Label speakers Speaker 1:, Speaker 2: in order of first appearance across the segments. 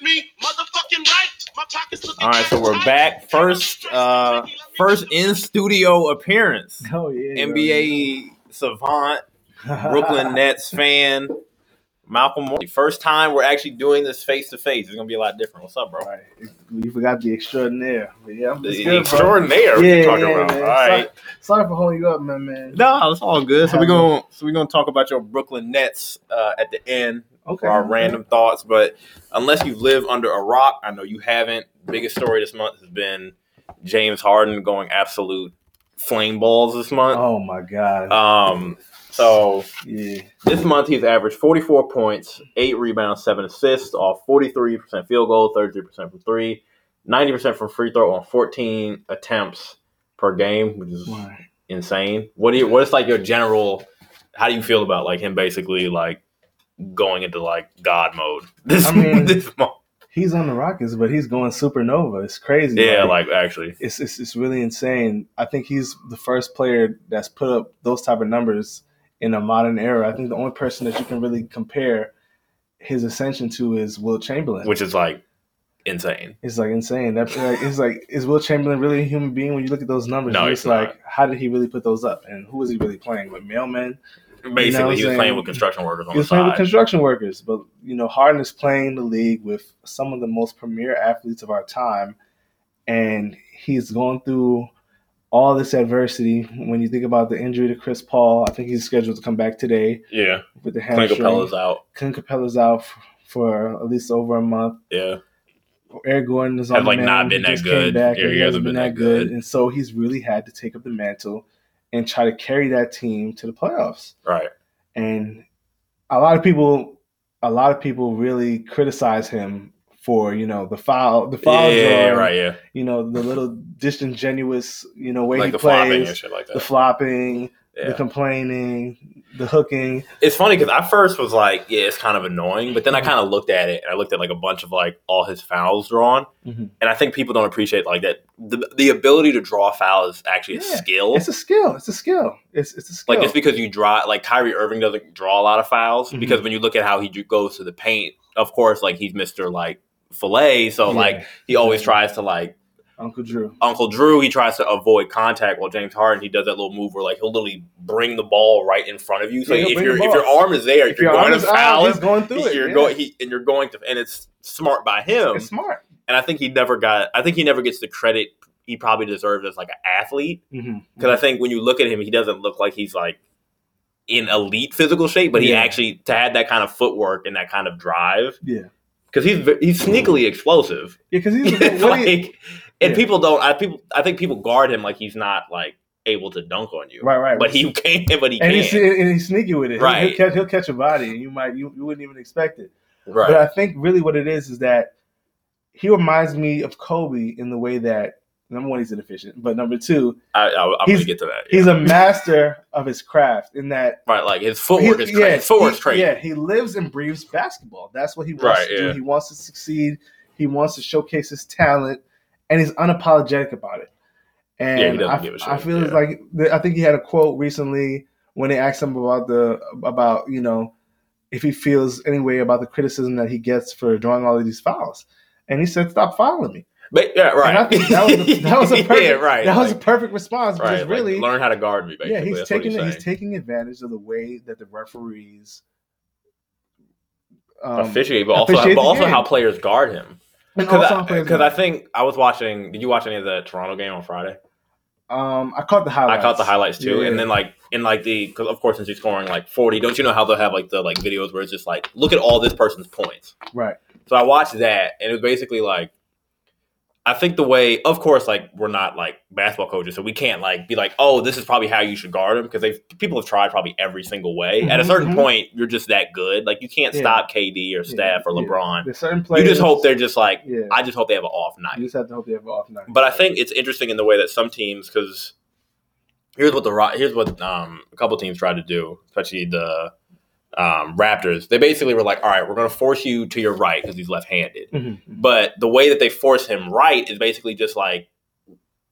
Speaker 1: me motherfucking right. My pockets All right, so we're back. First, uh, first in studio appearance.
Speaker 2: Oh yeah,
Speaker 1: NBA savant,
Speaker 2: yeah.
Speaker 1: Brooklyn Nets fan, Malcolm. Moore. First time we're actually doing this face to face. It's gonna be a lot different. What's up, bro?
Speaker 2: Right. You forgot the extraordinaire. But yeah, I'm
Speaker 1: The,
Speaker 2: it's
Speaker 1: the
Speaker 2: good, bro.
Speaker 1: extraordinaire.
Speaker 2: Yeah,
Speaker 1: we're talking
Speaker 2: yeah,
Speaker 1: about.
Speaker 2: man.
Speaker 1: All right.
Speaker 2: Sorry for holding you up, man, man.
Speaker 1: No, it's all good. So we're gonna so we're gonna talk about your Brooklyn Nets uh, at the end
Speaker 2: Okay.
Speaker 1: for our random thoughts. But unless you've lived under a rock, I know you haven't. Biggest story this month has been James Harden going absolute flame balls this month.
Speaker 2: Oh my god.
Speaker 1: Um, so
Speaker 2: yeah.
Speaker 1: this month he's averaged 44 points, eight rebounds, seven assists, off 43% field goal, 33% from three, 90% from free throw on 14 attempts per game, which is
Speaker 2: Right.
Speaker 1: insane. What do you? What is like your general? How do you feel about like him basically like going into like God mode? This,
Speaker 2: I mean-
Speaker 1: this month?
Speaker 2: He's on the Rockets, but he's going supernova. It's crazy.
Speaker 1: yeah, like actually,
Speaker 2: it's, it's it's really insane. I think he's the first player that's put up those type of numbers in a modern era. I think the only person that you can really compare his ascension to is Will Chamberlain.
Speaker 1: which is like insane.
Speaker 2: It's like insane. That like, it's like is Will Chamberlain really a human being? When you look at those numbers,
Speaker 1: No,
Speaker 2: you're
Speaker 1: he's
Speaker 2: just like, how did he really put those up? And who was he really playing with? Mailmen.
Speaker 1: Basically,
Speaker 2: You know what I'm
Speaker 1: he was playing
Speaker 2: saying?
Speaker 1: with construction workers on
Speaker 2: He
Speaker 1: the
Speaker 2: was playing with
Speaker 1: side.
Speaker 2: construction workers, but you know Harden is playing the league with some of the most premier athletes of our time, and he's gone through all this adversity. When you think about the injury to Chris Paul, I think he's scheduled to come back today
Speaker 1: yeah,
Speaker 2: with the
Speaker 1: Clint
Speaker 2: hamstring.
Speaker 1: Capella's out.
Speaker 2: Clint Capella's out f- for at least over a month.
Speaker 1: Yeah,
Speaker 2: Eric Gordon is on
Speaker 1: Have,
Speaker 2: the
Speaker 1: like,
Speaker 2: man.
Speaker 1: not
Speaker 2: He
Speaker 1: been that
Speaker 2: just
Speaker 1: good.
Speaker 2: Came back
Speaker 1: Yeah,
Speaker 2: and
Speaker 1: he hasn't been that good.
Speaker 2: and so he's really had to take up the mantle and try to carry that team to the playoffs.
Speaker 1: right.
Speaker 2: And a lot of people, a lot of people really criticize him for you know the foul, the
Speaker 1: Yeah,
Speaker 2: foul
Speaker 1: yeah,
Speaker 2: draw,
Speaker 1: right. Yeah,
Speaker 2: you know the little disingenuous you know way
Speaker 1: like
Speaker 2: he
Speaker 1: the flopping and
Speaker 2: plays,
Speaker 1: shit like
Speaker 2: the
Speaker 1: that.
Speaker 2: flopping, the
Speaker 1: Yeah.
Speaker 2: complaining, the hooking.
Speaker 1: It's funny because I first was like, yeah, it's kind of annoying, but then I
Speaker 2: Mm-hmm.
Speaker 1: kind of looked at it and I looked at like a bunch of like all his fouls drawn,
Speaker 2: Mhm.
Speaker 1: and I think people don't appreciate like that the the ability to draw foul is actually a
Speaker 2: Yeah.
Speaker 1: skill.
Speaker 2: It's a skill. It's a skill. It's it's a skill.
Speaker 1: Like it's because you draw like Kyrie Irving doesn't draw a lot of fouls
Speaker 2: Mhm.
Speaker 1: because when you look at how he d- goes to the paint, of course, like he's Mister like fillet, so
Speaker 2: Yeah.
Speaker 1: like he always tries to like
Speaker 2: Uncle Drew.
Speaker 1: Uncle Drew, he tries to avoid contact. While James Harden, he does that little move where like he'll literally bring the ball right in front of you. So
Speaker 2: Yeah, he'll
Speaker 1: if
Speaker 2: bring
Speaker 1: your
Speaker 2: the
Speaker 1: if
Speaker 2: ball.
Speaker 1: your arm is there, if, you're
Speaker 2: your
Speaker 1: going to
Speaker 2: arm is out,
Speaker 1: foul,
Speaker 2: he's going through it.
Speaker 1: you're
Speaker 2: yeah.
Speaker 1: going he, and you're going to and it's smart by him.
Speaker 2: It's smart.
Speaker 1: and I think he never got. I think he never gets the credit he probably deserves as like an athlete.
Speaker 2: Mm-hmm.
Speaker 1: Because I think when you look at him, he doesn't look like he's like in elite physical shape, but he
Speaker 2: Yeah.
Speaker 1: actually to have that kind of footwork and that kind of drive.
Speaker 2: Yeah. Yeah,
Speaker 1: Because he's ve- he's sneakily explosive.
Speaker 2: because he's
Speaker 1: It's
Speaker 2: what
Speaker 1: like,
Speaker 2: he-
Speaker 1: and
Speaker 2: yeah.
Speaker 1: people don't. I people I think people guard him like he's not like able to dunk on you.
Speaker 2: right, right.
Speaker 1: But he can. But he
Speaker 2: and
Speaker 1: can.
Speaker 2: he's and he's sneaky with it. He'll-
Speaker 1: Right.
Speaker 2: He'll, catch, he'll catch a body, and you might you, you wouldn't even expect it. But
Speaker 1: right.
Speaker 2: I think really what it is is that he reminds me of Kobe in the way that number one he's inefficient, but number two
Speaker 1: I, I, I'm gonna
Speaker 2: he's-
Speaker 1: get to that. yeah.
Speaker 2: he's a master of his craft in that
Speaker 1: right. Like his footwork
Speaker 2: He's-
Speaker 1: is crazy. his footwork's
Speaker 2: he-
Speaker 1: crazy.
Speaker 2: Yeah, he lives and breathes basketball. That's what he wants
Speaker 1: Right,
Speaker 2: to do.
Speaker 1: yeah.
Speaker 2: He wants to succeed. He wants to showcase his talent, and he's unapologetic about it. And
Speaker 1: Yeah, he doesn't
Speaker 2: I,
Speaker 1: give a shit,
Speaker 2: I feel it's
Speaker 1: yeah.
Speaker 2: like I think he had a quote recently when they asked him about the about you know if he feels any way about the criticism that he gets for drawing all of these fouls, and he said, "Stop fouling me."
Speaker 1: But yeah, right.
Speaker 2: And I think that was a, that was a perfect
Speaker 1: yeah, right.
Speaker 2: that was
Speaker 1: like-
Speaker 2: a perfect response because
Speaker 1: right. like,
Speaker 2: really
Speaker 1: learn how to guard me. Basically,
Speaker 2: yeah, he's
Speaker 1: That's what
Speaker 2: taking
Speaker 1: saying.
Speaker 2: he's taking advantage of the way that the referees um,
Speaker 1: officiate, but also,
Speaker 2: officiate
Speaker 1: but
Speaker 2: the
Speaker 1: also
Speaker 2: game.
Speaker 1: how players guard him.
Speaker 2: and
Speaker 1: Because
Speaker 2: also
Speaker 1: I,
Speaker 2: on players-
Speaker 1: 'cause I think I was watching. Did you watch any of the Toronto game on Friday?
Speaker 2: um, I caught the highlights.
Speaker 1: I caught the highlights too,
Speaker 2: Yeah.
Speaker 1: and then like in like the because of course since you're scoring like 40, don't you know how they'll have like the like videos where it's just like look at all this person's points.
Speaker 2: right,
Speaker 1: So I watched that, and it was basically like. I think the way, of course, like we're not like basketball coaches, so we can't like be like, oh, this is probably how you should guard him because they people have tried probably every single way. At a
Speaker 2: Mhm,
Speaker 1: certain
Speaker 2: mhm.
Speaker 1: point, you're just that good. Like you can't
Speaker 2: Yeah.
Speaker 1: stop KD or Steph or
Speaker 2: yeah.
Speaker 1: LeBron.
Speaker 2: there's certain players.
Speaker 1: You just hope they're just like
Speaker 2: Yeah,
Speaker 1: I just hope they have an off
Speaker 2: you
Speaker 1: night.
Speaker 2: just have to hope they have an off night.
Speaker 1: But I think it's interesting in the way that some teams, because here's what the Ro- here's what um, a couple teams tried to do, especially the um, Raptors. They basically were like, "All right, we're going to force you to your right because he's left-handed."
Speaker 2: Mhm.
Speaker 1: But the way that they force him right is basically just like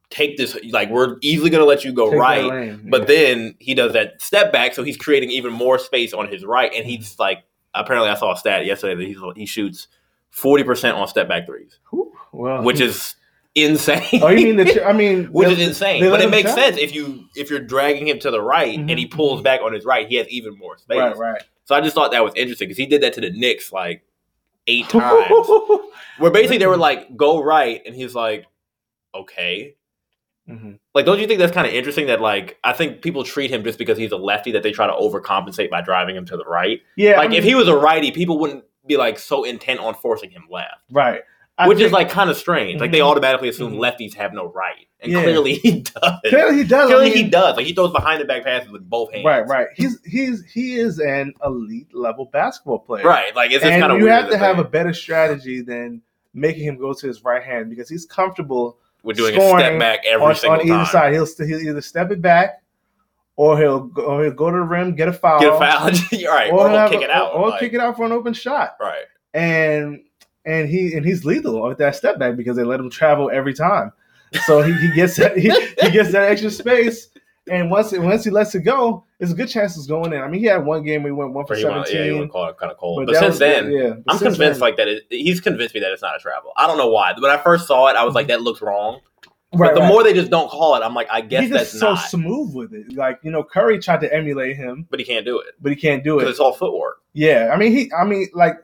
Speaker 1: take this, like we're easily going to let you go
Speaker 2: Take that
Speaker 1: right,
Speaker 2: lane,
Speaker 1: but
Speaker 2: yeah.
Speaker 1: then he does that step back, so he's
Speaker 2: Mm-hmm.
Speaker 1: creating even more space on his right, and he's like, apparently I saw a stat yesterday that he's, he shoots forty percent on step back threes,
Speaker 2: Whew, Well,
Speaker 1: which is insane.
Speaker 2: oh, you mean that? you- I mean,
Speaker 1: which is
Speaker 2: they-
Speaker 1: insane,
Speaker 2: they
Speaker 1: but
Speaker 2: let
Speaker 1: it
Speaker 2: him
Speaker 1: makes
Speaker 2: try?
Speaker 1: sense if you if you're dragging him to the right
Speaker 2: Mhm.
Speaker 1: and he pulls back on his right, he has even more space.
Speaker 2: Right, right.
Speaker 1: So I just thought that was interesting because he did that to the Knicks like eight times, where basically they were like, "Go right," and he's like, "Okay."
Speaker 2: Mhm.
Speaker 1: Like, don't you think that's kind of interesting that like I think people treat him just because he's a lefty that they try to overcompensate by driving him to the right.
Speaker 2: Yeah,
Speaker 1: like if he was a righty, people wouldn't be like so intent on forcing him left.
Speaker 2: right, I
Speaker 1: Which is
Speaker 2: think-
Speaker 1: like kind of strange. Like they
Speaker 2: Mhm.
Speaker 1: automatically assume
Speaker 2: Mhm.
Speaker 1: lefties have no right, and
Speaker 2: Yeah.
Speaker 1: clearly he does.
Speaker 2: clearly he does. I
Speaker 1: Clearly
Speaker 2: mean,
Speaker 1: he does. Like he throws behind the back passes with both hands.
Speaker 2: Right, right. He's he's he is an elite level basketball player.
Speaker 1: right. Like it's just
Speaker 2: and
Speaker 1: kind of
Speaker 2: you
Speaker 1: weird.
Speaker 2: have to have a
Speaker 1: that
Speaker 2: better strategy than making him go to his right hand because he's comfortable
Speaker 1: they We're doing a
Speaker 2: scoring
Speaker 1: step back every
Speaker 2: on,
Speaker 1: single
Speaker 2: on either
Speaker 1: time.
Speaker 2: side. He'll st- he'll either step it back, or he'll go, or he'll go to the rim, get a foul,
Speaker 1: Get a foul. All right,
Speaker 2: or
Speaker 1: or,
Speaker 2: he'll
Speaker 1: we'll
Speaker 2: have
Speaker 1: kick
Speaker 2: a-
Speaker 1: it out.
Speaker 2: or, or
Speaker 1: like,
Speaker 2: kick it out for an open shot.
Speaker 1: Right.
Speaker 2: And and he and he's lethal with that step back because they let him travel every time. So he, he gets that, he, he gets that extra space. And once it, once he lets it go, it's a good chance it's going in. I mean, he had one game where he went one for
Speaker 1: Or he wanna,
Speaker 2: seventeen.
Speaker 1: yeah, he want to call it kind of cold. But,
Speaker 2: that
Speaker 1: since
Speaker 2: was-
Speaker 1: then,
Speaker 2: yeah, but
Speaker 1: I'm
Speaker 2: since
Speaker 1: convinced
Speaker 2: then-
Speaker 1: like that. It, he's convinced me that it's not a travel. I don't know why. When I first saw it, I was like, that looks wrong.
Speaker 2: Mm-hmm. Right,
Speaker 1: but the
Speaker 2: right.
Speaker 1: more they just don't call it, I'm like, I guess
Speaker 2: he's
Speaker 1: that's
Speaker 2: just so
Speaker 1: not.
Speaker 2: smooth with it. Like you know, Curry tried to emulate him,
Speaker 1: but he can't do it
Speaker 2: but he can't do
Speaker 1: because
Speaker 2: it.
Speaker 1: it's all footwork.
Speaker 2: Yeah, I mean, he, I mean, like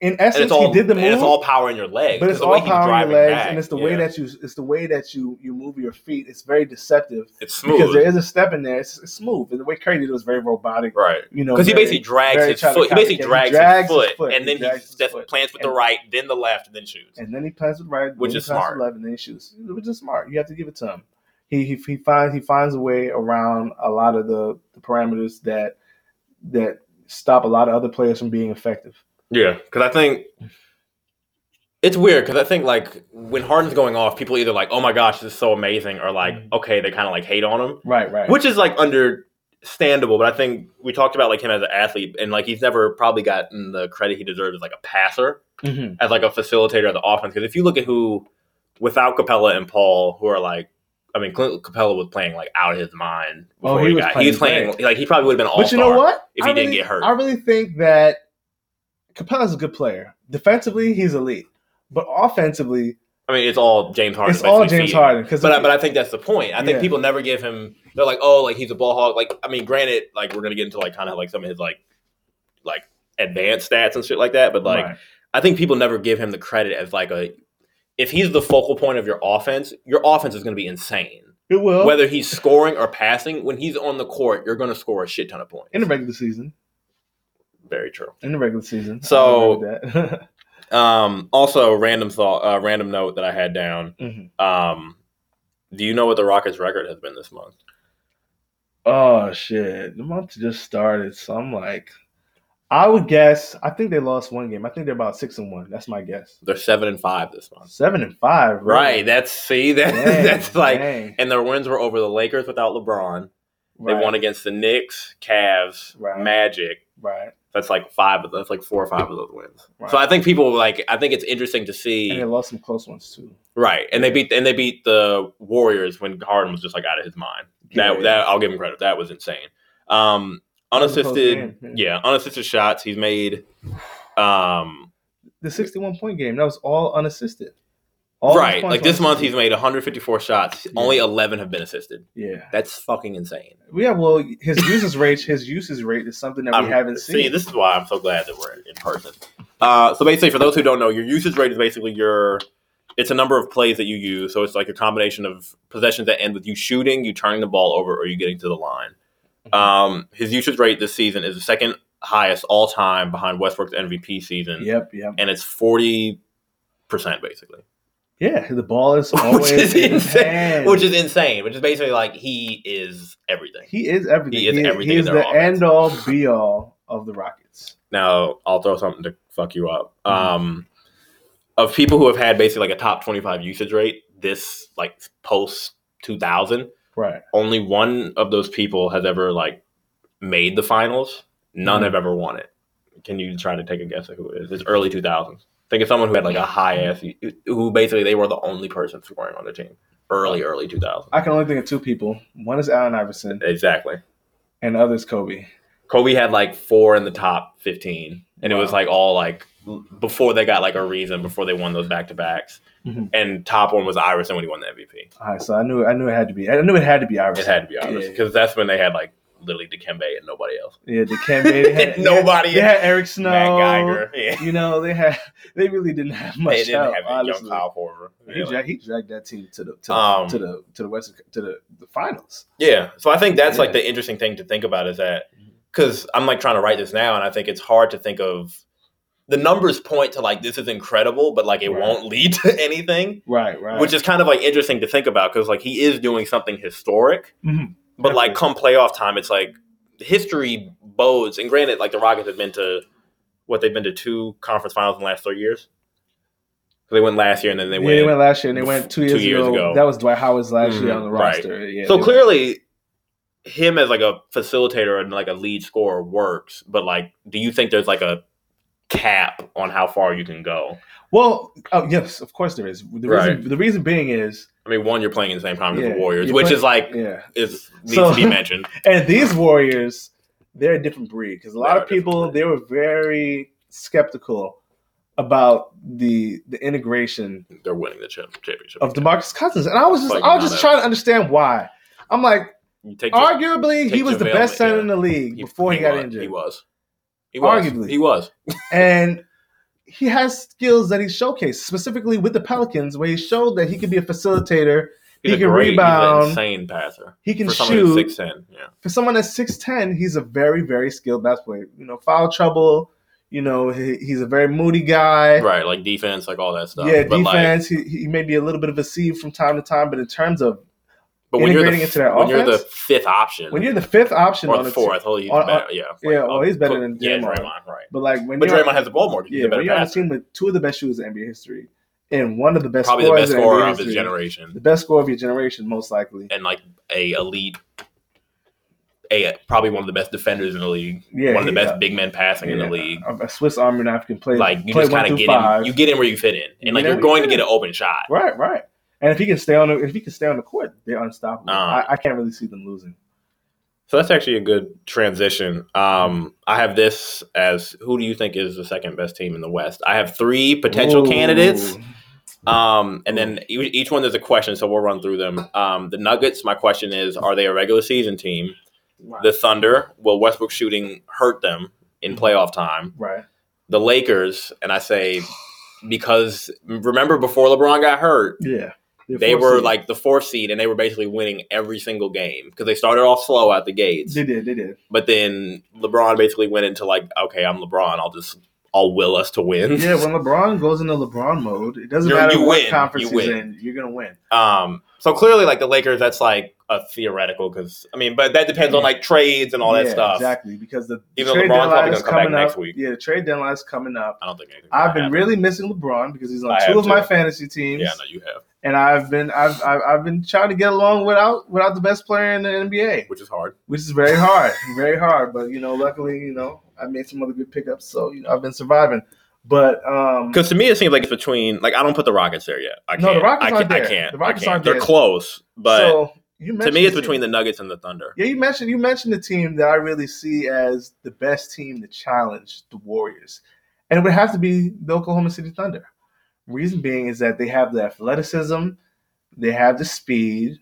Speaker 2: in
Speaker 1: and
Speaker 2: essence,
Speaker 1: it's all
Speaker 2: he did the move,
Speaker 1: And it's all power in your legs.
Speaker 2: but it's
Speaker 1: the way
Speaker 2: all
Speaker 1: he's
Speaker 2: power in
Speaker 1: driving
Speaker 2: your legs,
Speaker 1: back,
Speaker 2: and it's the
Speaker 1: yeah.
Speaker 2: way that you, it's the way that you you move your feet. It's very deceptive
Speaker 1: it's
Speaker 2: because there
Speaker 1: smooth,
Speaker 2: is a step in there. It's, it's smooth, and the way Curry did it was very robotic.
Speaker 1: right?
Speaker 2: You know,
Speaker 1: Because he
Speaker 2: very-
Speaker 1: basically drags
Speaker 2: very
Speaker 1: his
Speaker 2: trying to
Speaker 1: foot. He basically
Speaker 2: copycat.
Speaker 1: drags,
Speaker 2: He drags
Speaker 1: his, foot,
Speaker 2: his foot.
Speaker 1: and then
Speaker 2: He
Speaker 1: he,
Speaker 2: drags his
Speaker 1: just
Speaker 2: foot.
Speaker 1: plants with the
Speaker 2: And-
Speaker 1: right, then the left, and then shoots.
Speaker 2: and then he plans it right,
Speaker 1: Which
Speaker 2: then
Speaker 1: is
Speaker 2: he plans it
Speaker 1: smart.
Speaker 2: left, and then he shoots, which is smart. You have to give it to him. He he, he finds he finds a way around a lot of the, the parameters that that stop a lot of other players from being effective.
Speaker 1: Yeah, because I think it's weird. Because I think like when Harden's going off, people either like, "Oh my gosh, this is so amazing," or like,
Speaker 2: Mhm.
Speaker 1: "Okay," they kind of like hate on him,
Speaker 2: Right, right,
Speaker 1: which is like understandable. But I think we talked about like him as an athlete, and like he's never probably gotten the credit he deserves as like a passer,
Speaker 2: Mhm.
Speaker 1: as like a facilitator of the offense. Because if you look at who without Capella and Paul, who are like. I mean, Clint Capella was playing like out of his mind.
Speaker 2: Oh,
Speaker 1: before
Speaker 2: he was
Speaker 1: got-
Speaker 2: playing
Speaker 1: he was playing like he probably would have been all.
Speaker 2: But you know what?
Speaker 1: if he didn't
Speaker 2: really-
Speaker 1: get hurt.
Speaker 2: I really think that Capella's a good player. Defensively, he's elite, but offensively,
Speaker 1: I mean, it's all James Harden.
Speaker 2: it's all
Speaker 1: basically
Speaker 2: James
Speaker 1: feeding.
Speaker 2: Harden. Because
Speaker 1: But I, but I think that's the point. I think
Speaker 2: Yeah.
Speaker 1: people never give him. They're like, oh, like he's a ball hog. Like I mean, granted, like we're gonna get into like kind of like some of his like like advanced stats and shit like that. But like, I think people never give him the credit as like a if he's the focal point of your offense, your offense is gonna be insane.
Speaker 2: it will
Speaker 1: Whether he's scoring or passing, when he's on the court, you're gonna score a shit ton of points.
Speaker 2: in the regular season.
Speaker 1: Very true.
Speaker 2: In the regular season, I
Speaker 1: So-
Speaker 2: agree with that.
Speaker 1: Um, also, random thought, uh, random note that I had down.
Speaker 2: Mhm.
Speaker 1: Um, do you know what the Rockets' record has been this month?
Speaker 2: oh shit, the month just started, so I'm like, I would guess. I think they lost one game. I think they're about six and one. That's my guess.
Speaker 1: They're seven and five this month.
Speaker 2: Seven and five, really.
Speaker 1: Right. That's see that
Speaker 2: Dang,
Speaker 1: that's like
Speaker 2: dang.
Speaker 1: and their wins were over the Lakers without LeBron. They
Speaker 2: Right,
Speaker 1: won against the Knicks, Cavs,
Speaker 2: Right.
Speaker 1: Magic.
Speaker 2: right,
Speaker 1: That's like five of that's like four or five of those wins.
Speaker 2: Right.
Speaker 1: So I think people like I think it's interesting to
Speaker 2: and they
Speaker 1: see
Speaker 2: lost some close ones too.
Speaker 1: right. And they beat and they beat the Warriors when Harden was just like out of his mind. That
Speaker 2: Yeah.
Speaker 1: that I'll give him credit. That was insane. Um
Speaker 2: That was a close
Speaker 1: unassisted
Speaker 2: game,
Speaker 1: yeah, unassisted shots he's made um
Speaker 2: the 61 point game. That was all unassisted. All those
Speaker 1: right.
Speaker 2: points
Speaker 1: Like
Speaker 2: were
Speaker 1: this month, he's made
Speaker 2: unassisted.
Speaker 1: 154 shots.
Speaker 2: Yeah.
Speaker 1: Only 11 have been assisted.
Speaker 2: yeah.
Speaker 1: That's fucking insane.
Speaker 2: Yeah, well, his usage rate, his usage rate is something that we
Speaker 1: I'm-
Speaker 2: haven't
Speaker 1: see,
Speaker 2: seen.
Speaker 1: this is why I'm so glad that we're in person. Uh, so basically, for those who don't know, your usage rate is basically your. It's a number of plays that you use. So it's like a combination of possessions that end with you shooting, you turning the ball over, or you getting to the line.
Speaker 2: Mm-hmm.
Speaker 1: Um, his usage rate this season is the second highest all time behind Westbrook's MVP season,
Speaker 2: Yep, yep.
Speaker 1: and it's 40 percent basically.
Speaker 2: Yeah, the ball is
Speaker 1: Which
Speaker 2: always
Speaker 1: is
Speaker 2: in his
Speaker 1: insane.
Speaker 2: hands.
Speaker 1: which is insane. Which is basically like he is everything.
Speaker 2: he is everything.
Speaker 1: He is everything
Speaker 2: He
Speaker 1: in
Speaker 2: is
Speaker 1: their
Speaker 2: the
Speaker 1: offense.
Speaker 2: end all be all of the Rockets.
Speaker 1: Now I'll throw something to fuck you up.
Speaker 2: Mhm.
Speaker 1: Um, of people who have had basically like a top twenty-five usage rate this like post two thousand,
Speaker 2: Right.
Speaker 1: only one of those people has ever like made the finals. None
Speaker 2: Mhm.
Speaker 1: have ever won it. Can you try to take a guess at who it is? It's early two thousands. Think of someone who had like a high ass, who basically they were the only person scoring on the team. Early, early two thousand.
Speaker 2: I can only think of two people. One is Allen Iverson,
Speaker 1: Exactly.
Speaker 2: and the other is Kobe.
Speaker 1: Kobe had like four in the top fifteen. and it was like all like before they got like a reason before they won those back to backs.
Speaker 2: Mhm.
Speaker 1: And top one was Iverson when he won the MVP.
Speaker 2: All right, so I knew I knew it had to be. I knew it had to be Iverson.
Speaker 1: It had to be Iverson because that's when they had like literally Dikembe and nobody else.
Speaker 2: Yeah, they can't. They had
Speaker 1: Nobody
Speaker 2: They had Eric Snow.
Speaker 1: Matt Geiger, yeah.
Speaker 2: You know, they had. They really didn't have much
Speaker 1: they didn't
Speaker 2: help.
Speaker 1: have a young
Speaker 2: honestly.
Speaker 1: Kyle Korver.
Speaker 2: He, dragged, he dragged that team to the to,
Speaker 1: Um,
Speaker 2: to the to the West to the, the finals.
Speaker 1: Yeah. So I think that's
Speaker 2: Yeah.
Speaker 1: like the interesting thing to think about is that because I'm like trying to write this now, and I think it's hard to think of the numbers point to like this is incredible, but like it
Speaker 2: Right.
Speaker 1: won't lead to anything,
Speaker 2: Right, right.
Speaker 1: which is kind of like interesting to think about because like he is doing something historic,
Speaker 2: Mhm.
Speaker 1: but like
Speaker 2: Definitely.
Speaker 1: come playoff time, it's like history bodes. And granted, like the Rockets have been to what they've been to two conference finals in the last three years. They went last year and then they
Speaker 2: yeah,
Speaker 1: went.
Speaker 2: they went last year and they went two
Speaker 1: two
Speaker 2: years,
Speaker 1: years
Speaker 2: ago.
Speaker 1: ago.
Speaker 2: That was Dwight Howard's last year
Speaker 1: Mhm,
Speaker 2: on the
Speaker 1: right.
Speaker 2: roster. Yeah,
Speaker 1: so
Speaker 2: they-
Speaker 1: clearly him as like a facilitator and like a lead scorer works but like do you think there's like a cap on how far you can go
Speaker 2: well, oh yes, of course there is. The reason,
Speaker 1: Right.
Speaker 2: the reason being is
Speaker 1: i mean one you're playing at the same time as
Speaker 2: Yeah,
Speaker 1: the warriors
Speaker 2: you're
Speaker 1: which
Speaker 2: playing-
Speaker 1: is like
Speaker 2: yeah,
Speaker 1: is needs
Speaker 2: So-
Speaker 1: to be mentioned
Speaker 2: and these Warriors, they're a different breed because a lot
Speaker 1: They are
Speaker 2: of
Speaker 1: a different
Speaker 2: people
Speaker 1: breed.
Speaker 2: they were very skeptical about the the integration
Speaker 1: they're winning the chip, championship
Speaker 2: of Demarcus Cousins, and I was just
Speaker 1: Like,
Speaker 2: I was just
Speaker 1: not a-
Speaker 2: trying to understand why. I'm like,
Speaker 1: you take the-
Speaker 2: arguably he
Speaker 1: take
Speaker 2: was the
Speaker 1: JaVale,
Speaker 2: best center
Speaker 1: yeah.
Speaker 2: in the league before he, got
Speaker 1: was,
Speaker 2: injured.
Speaker 1: he was he was
Speaker 2: Arguably.
Speaker 1: he was
Speaker 2: and he has skills that he showcased specifically with the Pelicans, where he showed that he could be a facilitator.
Speaker 1: he's
Speaker 2: He
Speaker 1: a
Speaker 2: can
Speaker 1: great,
Speaker 2: rebound.
Speaker 1: he's an insane passer
Speaker 2: He can
Speaker 1: for someone who's
Speaker 2: shoot.
Speaker 1: six ten yeah
Speaker 2: For someone that's six ten, he's a very very skilled basketball player. You know, foul trouble. You know, he, he's a very moody guy.
Speaker 1: right like defense like all that stuff
Speaker 2: Yeah,
Speaker 1: but like
Speaker 2: defense. he, he may be a little bit of a sieve from time to time, but in terms of
Speaker 1: but when you're the,
Speaker 2: integrating into that
Speaker 1: when you're the
Speaker 2: offense,
Speaker 1: fifth option
Speaker 2: when you're the fifth option
Speaker 1: or
Speaker 2: on
Speaker 1: the
Speaker 2: a
Speaker 1: fourth. Oh, he's
Speaker 2: on-
Speaker 1: better. Yeah, oh,
Speaker 2: yeah, well, he's better than
Speaker 1: yeah,
Speaker 2: Draymond.
Speaker 1: Draymond, right?
Speaker 2: team, but like when
Speaker 1: But
Speaker 2: you're
Speaker 1: Draymond has the ball more. He's
Speaker 2: yeah,
Speaker 1: a better
Speaker 2: when you're on a
Speaker 1: passer.
Speaker 2: team with two of the best shooters in NBA history and one of the best
Speaker 1: Probably the best
Speaker 2: scorers in
Speaker 1: scorer
Speaker 2: NBA
Speaker 1: of his
Speaker 2: history, the
Speaker 1: generation,
Speaker 2: best scorer of your generation, most likely.
Speaker 1: and like a elite, a probably one of the best defenders in the league.
Speaker 2: Yeah,
Speaker 1: one of the
Speaker 2: yeah.
Speaker 1: best big men passing in the
Speaker 2: Yeah.
Speaker 1: league.
Speaker 2: a a Swiss Army knife can play
Speaker 1: Like you
Speaker 2: play
Speaker 1: just
Speaker 2: one
Speaker 1: kind of
Speaker 2: through
Speaker 1: get
Speaker 2: five.
Speaker 1: in, you get in where you fit in,
Speaker 2: You
Speaker 1: and like
Speaker 2: know
Speaker 1: you're
Speaker 2: you
Speaker 1: going to
Speaker 2: fit
Speaker 1: get an open shot.
Speaker 2: right, right. And if he can stay on, the, if he can stay on the court, they're unstoppable.
Speaker 1: Uh.
Speaker 2: I, I can't really see them losing.
Speaker 1: So that's actually a good transition. Um, I have this as who do you think is the second best team in the West? I have three potential
Speaker 2: Ooh.
Speaker 1: candidates. Um, and then e- each one there's a question, so we'll run through them. Um, the Nuggets, my question is, are they a regular season team?
Speaker 2: Wow.
Speaker 1: The Thunder, will Westbrook shooting hurt them in playoff time?
Speaker 2: right,
Speaker 1: The Lakers, and I say because remember before LeBron got hurt,
Speaker 2: yeah, They're
Speaker 1: they
Speaker 2: fourth
Speaker 1: were
Speaker 2: seed.
Speaker 1: like the fourth seed and they were basically winning every single game because they started off slow out the gates.
Speaker 2: they did, they did.
Speaker 1: But then LeBron basically went into like, okay, I'm LeBron, I'll just I'll will us to win.
Speaker 2: Yeah, when LeBron goes into LeBron mode, it doesn't
Speaker 1: You're-
Speaker 2: matter
Speaker 1: you
Speaker 2: what
Speaker 1: win.
Speaker 2: conference
Speaker 1: You
Speaker 2: he's
Speaker 1: win.
Speaker 2: in, you're gonna win.
Speaker 1: Um, so clearly, like the Lakers, that's like a theoretical because I mean, but that depends on like trades and all that
Speaker 2: Yeah,
Speaker 1: stuff.
Speaker 2: exactly because the the
Speaker 1: Even though
Speaker 2: trade
Speaker 1: LeBron's probably
Speaker 2: deadline
Speaker 1: gonna
Speaker 2: is
Speaker 1: come back
Speaker 2: coming
Speaker 1: next
Speaker 2: up.
Speaker 1: week.
Speaker 2: Yeah, the trade deadline is coming up.
Speaker 1: I don't think anything's
Speaker 2: I've
Speaker 1: gonna
Speaker 2: been
Speaker 1: happen.
Speaker 2: really missing LeBron because he's on
Speaker 1: I
Speaker 2: two
Speaker 1: have
Speaker 2: of my
Speaker 1: too.
Speaker 2: fantasy teams.
Speaker 1: yeah, I know you have,
Speaker 2: and I've been I've, I've I've been trying to get along without without the best player in the NBA,
Speaker 1: which is hard.
Speaker 2: which is very hard, very hard. But you know, luckily, you know, I made some other good pickups, so you know, I've been surviving. But um,
Speaker 1: Because to me, it seems like it's between like I don't put the Rockets there yet. I can't.
Speaker 2: No, the Rockets
Speaker 1: I can't.
Speaker 2: aren't
Speaker 1: I
Speaker 2: there.
Speaker 1: can't.
Speaker 2: The Rockets
Speaker 1: I can't.
Speaker 2: aren't
Speaker 1: They're
Speaker 2: there.
Speaker 1: close, but
Speaker 2: so you
Speaker 1: to
Speaker 2: mentioned
Speaker 1: me, it's
Speaker 2: the
Speaker 1: between
Speaker 2: team.
Speaker 1: the Nuggets and the Thunder.
Speaker 2: yeah, you mentioned you mentioned the team that I really see as the best team to challenge the Warriors, and it would have to be the Oklahoma City Thunder. Reason being is that they have the athleticism, they have the speed,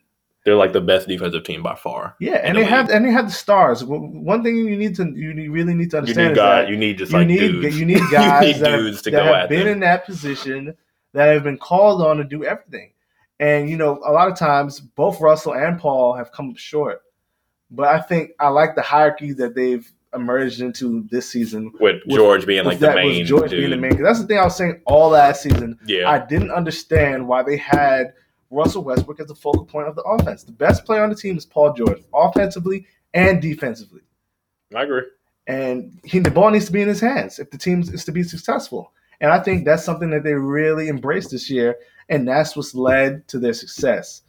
Speaker 1: They're like the best defensive team by far.
Speaker 2: yeah, and
Speaker 1: the
Speaker 2: they have
Speaker 1: league.
Speaker 2: and they have the stars. W- One thing you need to you need- really need to
Speaker 1: You
Speaker 2: understand
Speaker 1: need
Speaker 2: is that
Speaker 1: guys. You need just
Speaker 2: you
Speaker 1: like
Speaker 2: need
Speaker 1: dudes.
Speaker 2: you need guys
Speaker 1: need
Speaker 2: that,
Speaker 1: dudes to
Speaker 2: that
Speaker 1: go
Speaker 2: have
Speaker 1: at
Speaker 2: been
Speaker 1: them.
Speaker 2: in that position that have been called on to do everything. And you know, a lot of times both Russell and Paul have come up short. But I think I like the hierarchy that they've emerged into this season.
Speaker 1: with
Speaker 2: with-
Speaker 1: George being like
Speaker 2: with
Speaker 1: the
Speaker 2: that
Speaker 1: main
Speaker 2: was George
Speaker 1: dude.
Speaker 2: being the main. 'cause That's the thing I was saying all last season.
Speaker 1: Yeah,
Speaker 2: I didn't understand why they had Russell Westbrook as the focal point of the offense. The best player on the team is Paul George, offensively and defensively
Speaker 1: I agree.
Speaker 2: and he, the ball needs to be in his hands if the team is to be successful. And I think that's something that they really embraced this year, and that's what's led to their success.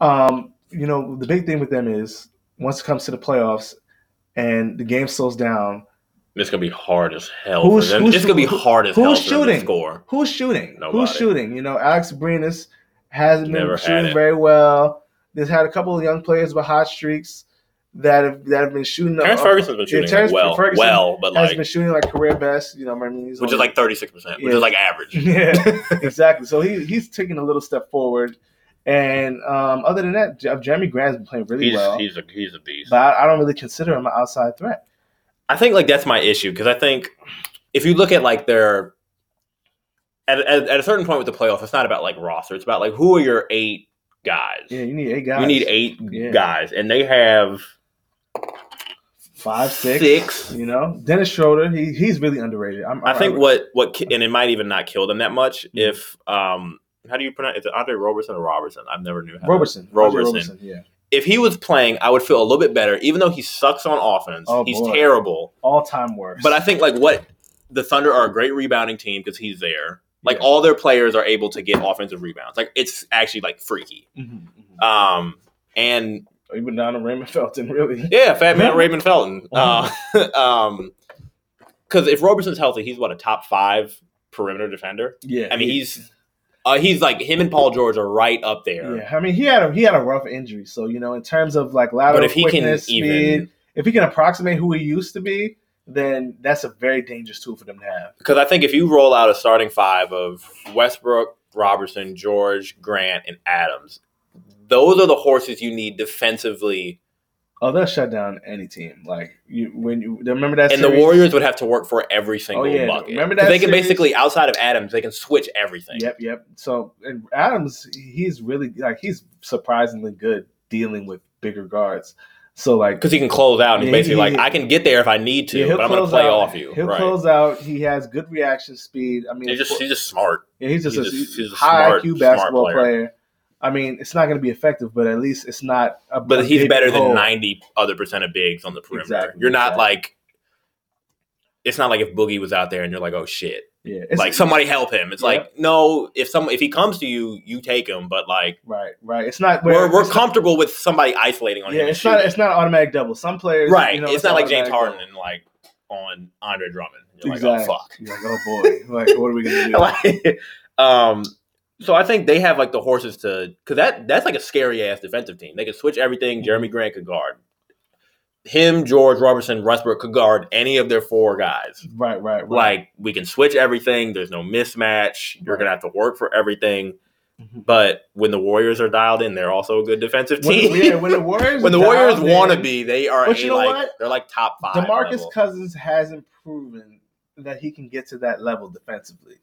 Speaker 2: Um, you know, the big thing with them is once it comes to the playoffs and the game slows down,
Speaker 1: It's gonna be hard as hell.
Speaker 2: Who's-
Speaker 1: for them.
Speaker 2: who's
Speaker 1: it's gonna be
Speaker 2: shooting?
Speaker 1: hard as
Speaker 2: Who's
Speaker 1: hell for them
Speaker 2: shooting?
Speaker 1: to score.
Speaker 2: who's shooting?
Speaker 1: Nobody.
Speaker 2: Who's shooting? You know, Alex Brinus hasn't
Speaker 1: Never
Speaker 2: been
Speaker 1: had
Speaker 2: shooting
Speaker 1: it.
Speaker 2: very well. They've had a couple of young players with hot streaks. that have that have been shooting.
Speaker 1: Terrence
Speaker 2: up-
Speaker 1: Ferguson's been
Speaker 2: uh, Yeah,
Speaker 1: shooting
Speaker 2: Terrence
Speaker 1: well,
Speaker 2: Ferguson
Speaker 1: well, but
Speaker 2: has
Speaker 1: like,
Speaker 2: been shooting like career best. You know what I mean? He's
Speaker 1: which is
Speaker 2: only-
Speaker 1: like thirty six percent, which
Speaker 2: Yeah.
Speaker 1: is like average.
Speaker 2: yeah, exactly. So he he's taking a little step forward, and um, other than that, J- Jeremy Grant's been playing really
Speaker 1: He's
Speaker 2: well.
Speaker 1: he's a he's a beast.
Speaker 2: but I, I don't really consider him an outside threat.
Speaker 1: I think like that's my issue because I think if you look at like their at, at at a certain point with the playoffs, it's not about like roster. It's about like who are your eight guys.
Speaker 2: Yeah, you need eight guys.
Speaker 1: You need eight
Speaker 2: Yeah.
Speaker 1: guys, and they have
Speaker 2: five, six.
Speaker 1: six.
Speaker 2: You know, Dennis Schroeder, he he's really underrated. I'm,
Speaker 1: I think
Speaker 2: I'm-
Speaker 1: what what ki- and it might even not kill them that much
Speaker 2: Hmm.
Speaker 1: if um how do you pronounce is it Andre Roberson or Robertson? I've never knew how to-
Speaker 2: Robertson,
Speaker 1: Robertson.
Speaker 2: yeah,
Speaker 1: If he was playing, I would feel a little bit better, even though he sucks on offense.
Speaker 2: Oh,
Speaker 1: he's
Speaker 2: boy.
Speaker 1: terrible.
Speaker 2: all time worst.
Speaker 1: But I think like what the Thunder are a great rebounding team because he's there. Like
Speaker 2: Yeah.
Speaker 1: all their players are able to get offensive rebounds. Like it's actually like freaky.
Speaker 2: Mhm, mhm.
Speaker 1: Um and
Speaker 2: even down to Raymond Felton, really.
Speaker 1: yeah, Fat Man Raymond Felton. Uh,
Speaker 2: Uh-huh.
Speaker 1: um because if Roberson's healthy, he's what a top five perimeter defender.
Speaker 2: Yeah,
Speaker 1: I mean, he's uh, he's like him and Paul George are right up there.
Speaker 2: yeah. I mean, he had a he had a rough injury, so you know, in terms of like lateral
Speaker 1: But if he can
Speaker 2: quickness, speed,
Speaker 1: even,
Speaker 2: if he can approximate who he used to be, then that's a very dangerous tool for them to have.
Speaker 1: because I think if you roll out a starting five of Westbrook, Robertson, George, Grant, and Adams, those are the horses you need defensively.
Speaker 2: Oh, they'll shut down any team. Like you, when you remember that,
Speaker 1: And the
Speaker 2: series? Oh,
Speaker 1: Warriors would have to work for every single
Speaker 2: yeah.
Speaker 1: bucket.
Speaker 2: Remember
Speaker 1: 'Cause
Speaker 2: that
Speaker 1: they can
Speaker 2: series?
Speaker 1: basically, outside of Adams, they can switch everything.
Speaker 2: Yep, yep. So and Adams, he's really like he's surprisingly good dealing with bigger guards. So like
Speaker 1: Because he can close out and he's
Speaker 2: Yeah, he-
Speaker 1: basically like,
Speaker 2: he-
Speaker 1: I can get there if I need to,
Speaker 2: yeah, he'll
Speaker 1: but I'm going to
Speaker 2: close
Speaker 1: play
Speaker 2: out-
Speaker 1: off you.
Speaker 2: He'll
Speaker 1: right.
Speaker 2: close out. He has good reaction speed. I mean,
Speaker 1: He's
Speaker 2: of
Speaker 1: just,
Speaker 2: cour-
Speaker 1: he's just smart.
Speaker 2: yeah, he's just,
Speaker 1: he's
Speaker 2: a,
Speaker 1: just- he's a
Speaker 2: high
Speaker 1: smart-
Speaker 2: IQ
Speaker 1: smart
Speaker 2: basketball
Speaker 1: player.
Speaker 2: player. I mean, it's not going to be effective, but at least it's not. A, a
Speaker 1: but he's
Speaker 2: big
Speaker 1: better
Speaker 2: hole.
Speaker 1: than 90 other percent of bigs on the perimeter.
Speaker 2: Exactly,
Speaker 1: you're not
Speaker 2: exactly.
Speaker 1: like it's not like if Boogie was out there and you're like, "Oh shit."
Speaker 2: Yeah, it's-
Speaker 1: like somebody help him. It's
Speaker 2: Yeah.
Speaker 1: like, "No, if some if he comes to you, you take him, but like
Speaker 2: Right, right. It's not.
Speaker 1: we're we're
Speaker 2: it's
Speaker 1: comfortable with somebody isolating on him.
Speaker 2: Yeah,
Speaker 1: and
Speaker 2: it's not.
Speaker 1: shooting.
Speaker 2: It's not automatic double. Some players,
Speaker 1: right.
Speaker 2: you know,
Speaker 1: it's, not like James Harden
Speaker 2: automatic double.
Speaker 1: and like on Andre Drummond. You're
Speaker 2: Exactly.
Speaker 1: like, "Oh fuck."
Speaker 2: You're like, oh boy, like what are we gonna do?
Speaker 1: like um so I think they have like the horses to because that that's like a scary ass defensive team. They could switch everything.
Speaker 2: Mm-hmm.
Speaker 1: Jeremy Grant could guard him, George Robertson, Westbrook could guard any of their four guys.
Speaker 2: right, right, right.
Speaker 1: Like we can switch everything. There's no mismatch. You're
Speaker 2: Right.
Speaker 1: gonna have to work for everything.
Speaker 2: Mhm.
Speaker 1: But when the Warriors are dialed in, they're also a good defensive
Speaker 2: when,
Speaker 1: team.
Speaker 2: the- yeah, when the Warriors,
Speaker 1: when the
Speaker 2: dialed
Speaker 1: Warriors
Speaker 2: in,
Speaker 1: want to be, they are
Speaker 2: But
Speaker 1: a,
Speaker 2: you know
Speaker 1: like
Speaker 2: what?
Speaker 1: they're like top five.
Speaker 2: Demarcus
Speaker 1: level.
Speaker 2: Cousins hasn't proven that he can get to that level defensively.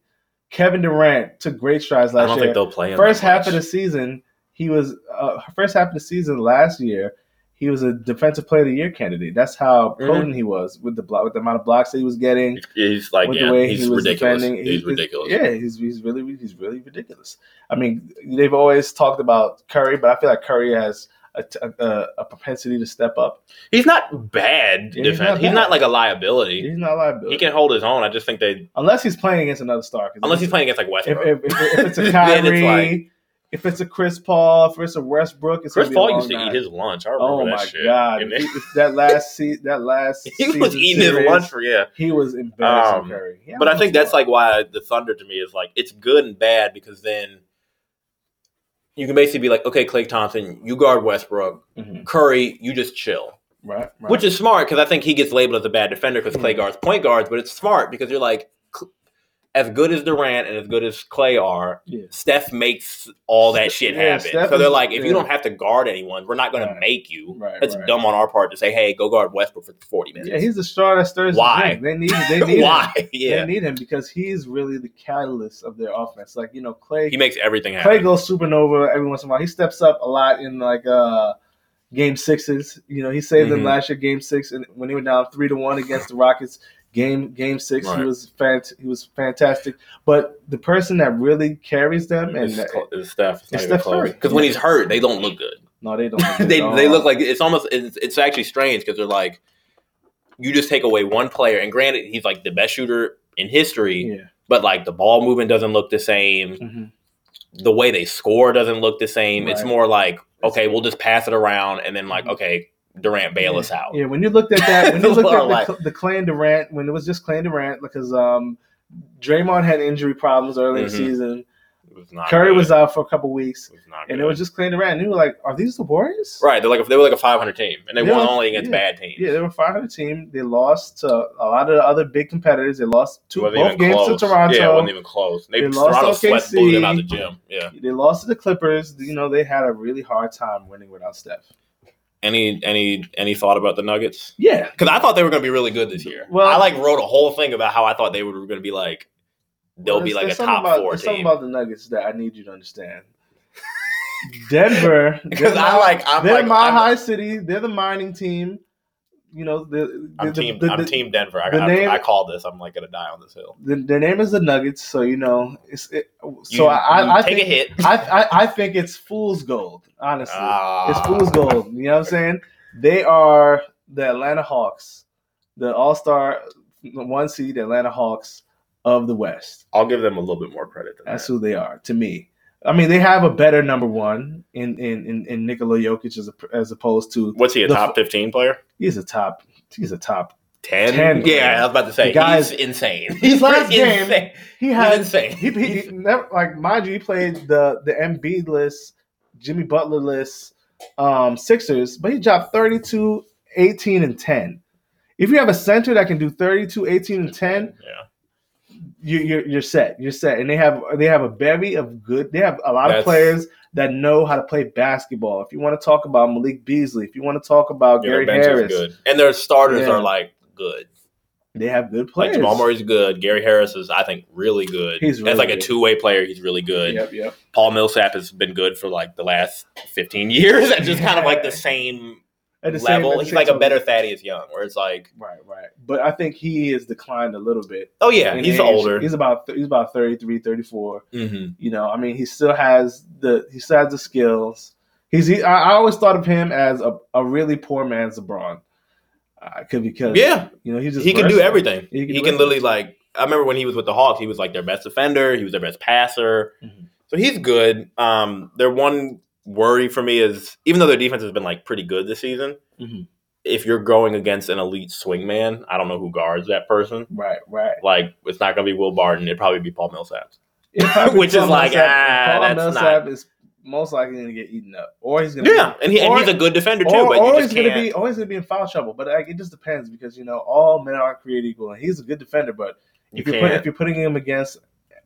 Speaker 2: Kevin Durant took great strides
Speaker 1: I
Speaker 2: last
Speaker 1: don't
Speaker 2: year.
Speaker 1: think they'll play him
Speaker 2: first
Speaker 1: that
Speaker 2: half of
Speaker 1: much.
Speaker 2: the season, he was uh, first half of the season last year. He was a defensive player of the year candidate. That's how
Speaker 1: Mhm.
Speaker 2: potent he was with the block, with the amount of blocks that he was getting.
Speaker 1: He's like,
Speaker 2: with
Speaker 1: yeah,
Speaker 2: the way
Speaker 1: he's
Speaker 2: he was
Speaker 1: ridiculous.
Speaker 2: defending.
Speaker 1: He's ridiculous.
Speaker 2: Yeah, he's he's really he's really ridiculous. I mean, they've always talked about Curry, but I feel like Curry has a, t- a- a propensity to step up.
Speaker 1: He's not bad
Speaker 2: Yeah, he's
Speaker 1: defense. He's
Speaker 2: not
Speaker 1: not,
Speaker 2: bad.
Speaker 1: like a liability.
Speaker 2: He's not a liability
Speaker 1: He can hold his own. I just think they
Speaker 2: unless he's playing against another star. 'cause
Speaker 1: unless
Speaker 2: if-
Speaker 1: he's playing against like
Speaker 2: if,
Speaker 1: Westbrook.
Speaker 2: if, if, if it's a
Speaker 1: Then it's
Speaker 2: Kyrie,
Speaker 1: like-
Speaker 2: if it's a Chris Paul, if it's a Westbrook, it's
Speaker 1: Chris
Speaker 2: gonna be a
Speaker 1: Paul
Speaker 2: long
Speaker 1: used to
Speaker 2: night.
Speaker 1: eat his lunch. I remember
Speaker 2: Oh
Speaker 1: that
Speaker 2: my
Speaker 1: shit.
Speaker 2: god!
Speaker 1: And then-
Speaker 2: He- that last se- that last
Speaker 1: he was
Speaker 2: season
Speaker 1: eating his
Speaker 2: series,
Speaker 1: lunch for yeah.
Speaker 2: He was embarrassing
Speaker 1: Um,
Speaker 2: Curry. He
Speaker 1: But I
Speaker 2: almost
Speaker 1: think that's
Speaker 2: won.
Speaker 1: like why the Thunder to me is like it's good and bad because then you can basically be like, okay, Clay Thompson, you guard Westbrook.
Speaker 2: Mhm.
Speaker 1: Curry, you just chill.
Speaker 2: right, right.
Speaker 1: Which is smart because I think he gets labeled as a bad defender because Clay
Speaker 2: Mhm.
Speaker 1: guards point guards, but it's smart because you're like, cl- as good as Durant and as good as Clay are,
Speaker 2: Yeah.
Speaker 1: Steph makes all that
Speaker 2: Ste-
Speaker 1: shit
Speaker 2: yeah,
Speaker 1: happen.
Speaker 2: Steph
Speaker 1: so they're
Speaker 2: is-
Speaker 1: like, if
Speaker 2: yeah.
Speaker 1: you don't have to guard anyone, we're not going
Speaker 2: Right.
Speaker 1: to make you.
Speaker 2: Right,
Speaker 1: That's
Speaker 2: right.
Speaker 1: dumb on our part to say, hey, go guard Westbrook for 40
Speaker 2: yeah,
Speaker 1: minutes.
Speaker 2: he's the star that stirs. the
Speaker 1: Why?
Speaker 2: drink. they need they need him.
Speaker 1: Why? yeah.
Speaker 2: They need him because he's really the catalyst of their offense. Like you know, Clay
Speaker 1: He makes everything
Speaker 2: Clay
Speaker 1: happen.
Speaker 2: goes supernova every once in a while. He steps up a lot in like uh game sixes. You know, he saved them
Speaker 1: Mhm.
Speaker 2: last year, game six, and when they were down three to one against the Rockets, game game six, he
Speaker 1: Right.
Speaker 2: was fant- he was fantastic. But the person that really carries them and uh,
Speaker 1: It's, cl- it's Steph. It's
Speaker 2: it's
Speaker 1: not even
Speaker 2: Steph Curry.
Speaker 1: close. Because when he's hurt, they don't look good.
Speaker 2: no, they don't.
Speaker 1: they they look like it's almost it's, it's actually strange because they're like you just take away one player and granted he's like the best shooter in history
Speaker 2: yeah.
Speaker 1: but like the ball movement doesn't look the same
Speaker 2: Mhm.
Speaker 1: the way they score doesn't look the same it's
Speaker 2: Right.
Speaker 1: more like okay we'll just pass it around and then like
Speaker 2: Mhm.
Speaker 1: okay Durant bail
Speaker 2: yeah.
Speaker 1: us out
Speaker 2: Yeah, when you looked at that, when you looked
Speaker 1: Or
Speaker 2: at
Speaker 1: like-
Speaker 2: the, the Clay and Durant, when it was just Clay and Durant, because um, Draymond had injury problems early
Speaker 1: Mhm.
Speaker 2: in the season.
Speaker 1: It was not
Speaker 2: Curry
Speaker 1: good.
Speaker 2: was out for a couple weeks,
Speaker 1: It was not
Speaker 2: and
Speaker 1: good.
Speaker 2: it was just Clayton Durant. And we were like, are these the Warriors?
Speaker 1: right. They're like they were like a 500 team, and they
Speaker 2: Yeah,
Speaker 1: won only against
Speaker 2: yeah,
Speaker 1: bad teams.
Speaker 2: Yeah, they were 500 team. They lost to a lot of the other big competitors. They lost
Speaker 1: It
Speaker 2: two
Speaker 1: wasn't
Speaker 2: both
Speaker 1: even
Speaker 2: games
Speaker 1: close.
Speaker 2: to Toronto.
Speaker 1: Yeah, it wasn't even close. They,
Speaker 2: They lost
Speaker 1: Toronto
Speaker 2: to
Speaker 1: sweat
Speaker 2: OKC.
Speaker 1: blew them out the gym. Yeah.
Speaker 2: They lost to the Clippers. You know, they had a really hard time winning without Steph.
Speaker 1: Any any any thought about the Nuggets?
Speaker 2: Yeah.
Speaker 1: Because I thought they were going to be really good this year.
Speaker 2: Well-
Speaker 1: I like wrote a whole thing about how I thought they were going to be like they'll
Speaker 2: There's-
Speaker 1: be like a
Speaker 2: there's something
Speaker 1: top
Speaker 2: about,
Speaker 1: four
Speaker 2: there's something
Speaker 1: team.
Speaker 2: about the Nuggets that I need you to understand. Denver,
Speaker 1: Because
Speaker 2: they're
Speaker 1: I
Speaker 2: my-
Speaker 1: like I'm
Speaker 2: they're
Speaker 1: like
Speaker 2: my
Speaker 1: I'm,
Speaker 2: high city. They're the mining team. You know, the,
Speaker 1: I'm
Speaker 2: the,
Speaker 1: team
Speaker 2: the,
Speaker 1: I'm
Speaker 2: the,
Speaker 1: team Denver. I,
Speaker 2: the
Speaker 1: I,
Speaker 2: name-
Speaker 1: I call this. I'm like going to die on this hill.
Speaker 2: the, their name is the Nuggets, so you know. It's it, so
Speaker 1: You-
Speaker 2: I,
Speaker 1: you
Speaker 2: I, I
Speaker 1: take
Speaker 2: think
Speaker 1: a hit.
Speaker 2: I, I I think it's fool's gold. Honestly,
Speaker 1: Ah.
Speaker 2: it's fool's gold. You know what I'm saying? They are the Atlanta Hawks, the All Star one seed Atlanta Hawks of the West.
Speaker 1: I'll give them a little bit more credit than
Speaker 2: That's
Speaker 1: that.
Speaker 2: who they are to me. I mean, they have a better number one in in in, in Nikola Jokic as, a, as opposed to
Speaker 1: What's he a
Speaker 2: the
Speaker 1: top 15 player?
Speaker 2: he's a top he's a top.
Speaker 1: 10?
Speaker 2: 10.
Speaker 1: Yeah, I was about to
Speaker 2: The
Speaker 1: say
Speaker 2: guy's-
Speaker 1: he's insane.
Speaker 2: His last game,
Speaker 1: insane.
Speaker 2: he
Speaker 1: He's
Speaker 2: has
Speaker 1: insane.
Speaker 2: he, he, he never like mind you he played the the MB list, Jimmy Butler list, um Sixers, but he dropped 32, 18, and 10. If you have a center that can do 32, 18, and 10,
Speaker 1: Yeah.
Speaker 2: you, you're you're set. You're set, and they have they have a bevy of good. They have a lot
Speaker 1: That's-
Speaker 2: of players that know how to play basketball. If you want to talk about Malik Beasley, if you want to talk about
Speaker 1: Yeah,
Speaker 2: Gary
Speaker 1: their bench
Speaker 2: Harris,
Speaker 1: is good, and their starters
Speaker 2: Yeah.
Speaker 1: are like good.
Speaker 2: they have good
Speaker 1: Like
Speaker 2: players.
Speaker 1: Jamal Murray's good. Gary Harris is, I think, really good.
Speaker 2: He's really
Speaker 1: As like
Speaker 2: good.
Speaker 1: a two way player, he's really good.
Speaker 2: Yep, yep.
Speaker 1: Paul Millsap has been good for like the last fifteen years. That's just kind of like the
Speaker 2: Yeah.
Speaker 1: same
Speaker 2: At the same-
Speaker 1: level.
Speaker 2: at the
Speaker 1: he's
Speaker 2: same
Speaker 1: like a
Speaker 2: time-
Speaker 1: better Thaddeus Young, where it's like,
Speaker 2: Right, right. But I think he is declined a little bit.
Speaker 1: oh yeah,
Speaker 2: in
Speaker 1: he's
Speaker 2: age.
Speaker 1: older.
Speaker 2: He's about he's about 33, 34.
Speaker 1: Mhm.
Speaker 2: You know, I mean, he still has the he still has the skills. He's he, I I always thought of him as a, a really poor man's LeBron. Uh, could because
Speaker 1: Yeah,
Speaker 2: you know he's just
Speaker 1: he can do
Speaker 2: versatile.
Speaker 1: everything.
Speaker 2: He
Speaker 1: He
Speaker 2: can
Speaker 1: can,
Speaker 2: do everything.
Speaker 1: literally like. I remember when he was with the Hawks, he was like their best defender. He was their best passer.
Speaker 2: Mhm.
Speaker 1: So he's good. Um, their one worry for me is even though their defense has been like pretty good this season,
Speaker 2: Mhm.
Speaker 1: if you're going against an elite swingman, I don't know who guards that person.
Speaker 2: Right, right.
Speaker 1: Like it's not gonna be Will Barton. It'd probably be Paul Millsap.
Speaker 2: If I
Speaker 1: Which
Speaker 2: recall
Speaker 1: is like, ah,
Speaker 2: Paul
Speaker 1: that's
Speaker 2: Millsap is most likely going to get eaten up, or he's going to
Speaker 1: Yeah, and, he,
Speaker 2: or-
Speaker 1: and he's a good defender
Speaker 2: be,
Speaker 1: too.
Speaker 2: or,
Speaker 1: but
Speaker 2: or
Speaker 1: you
Speaker 2: he's
Speaker 1: just
Speaker 2: going to
Speaker 1: can't.
Speaker 2: be, always going to be in foul trouble. But like, it just depends because you know all men aren't created equal, and he's a good defender. But
Speaker 1: you
Speaker 2: if you're, put,
Speaker 1: can't.
Speaker 2: if you're putting him against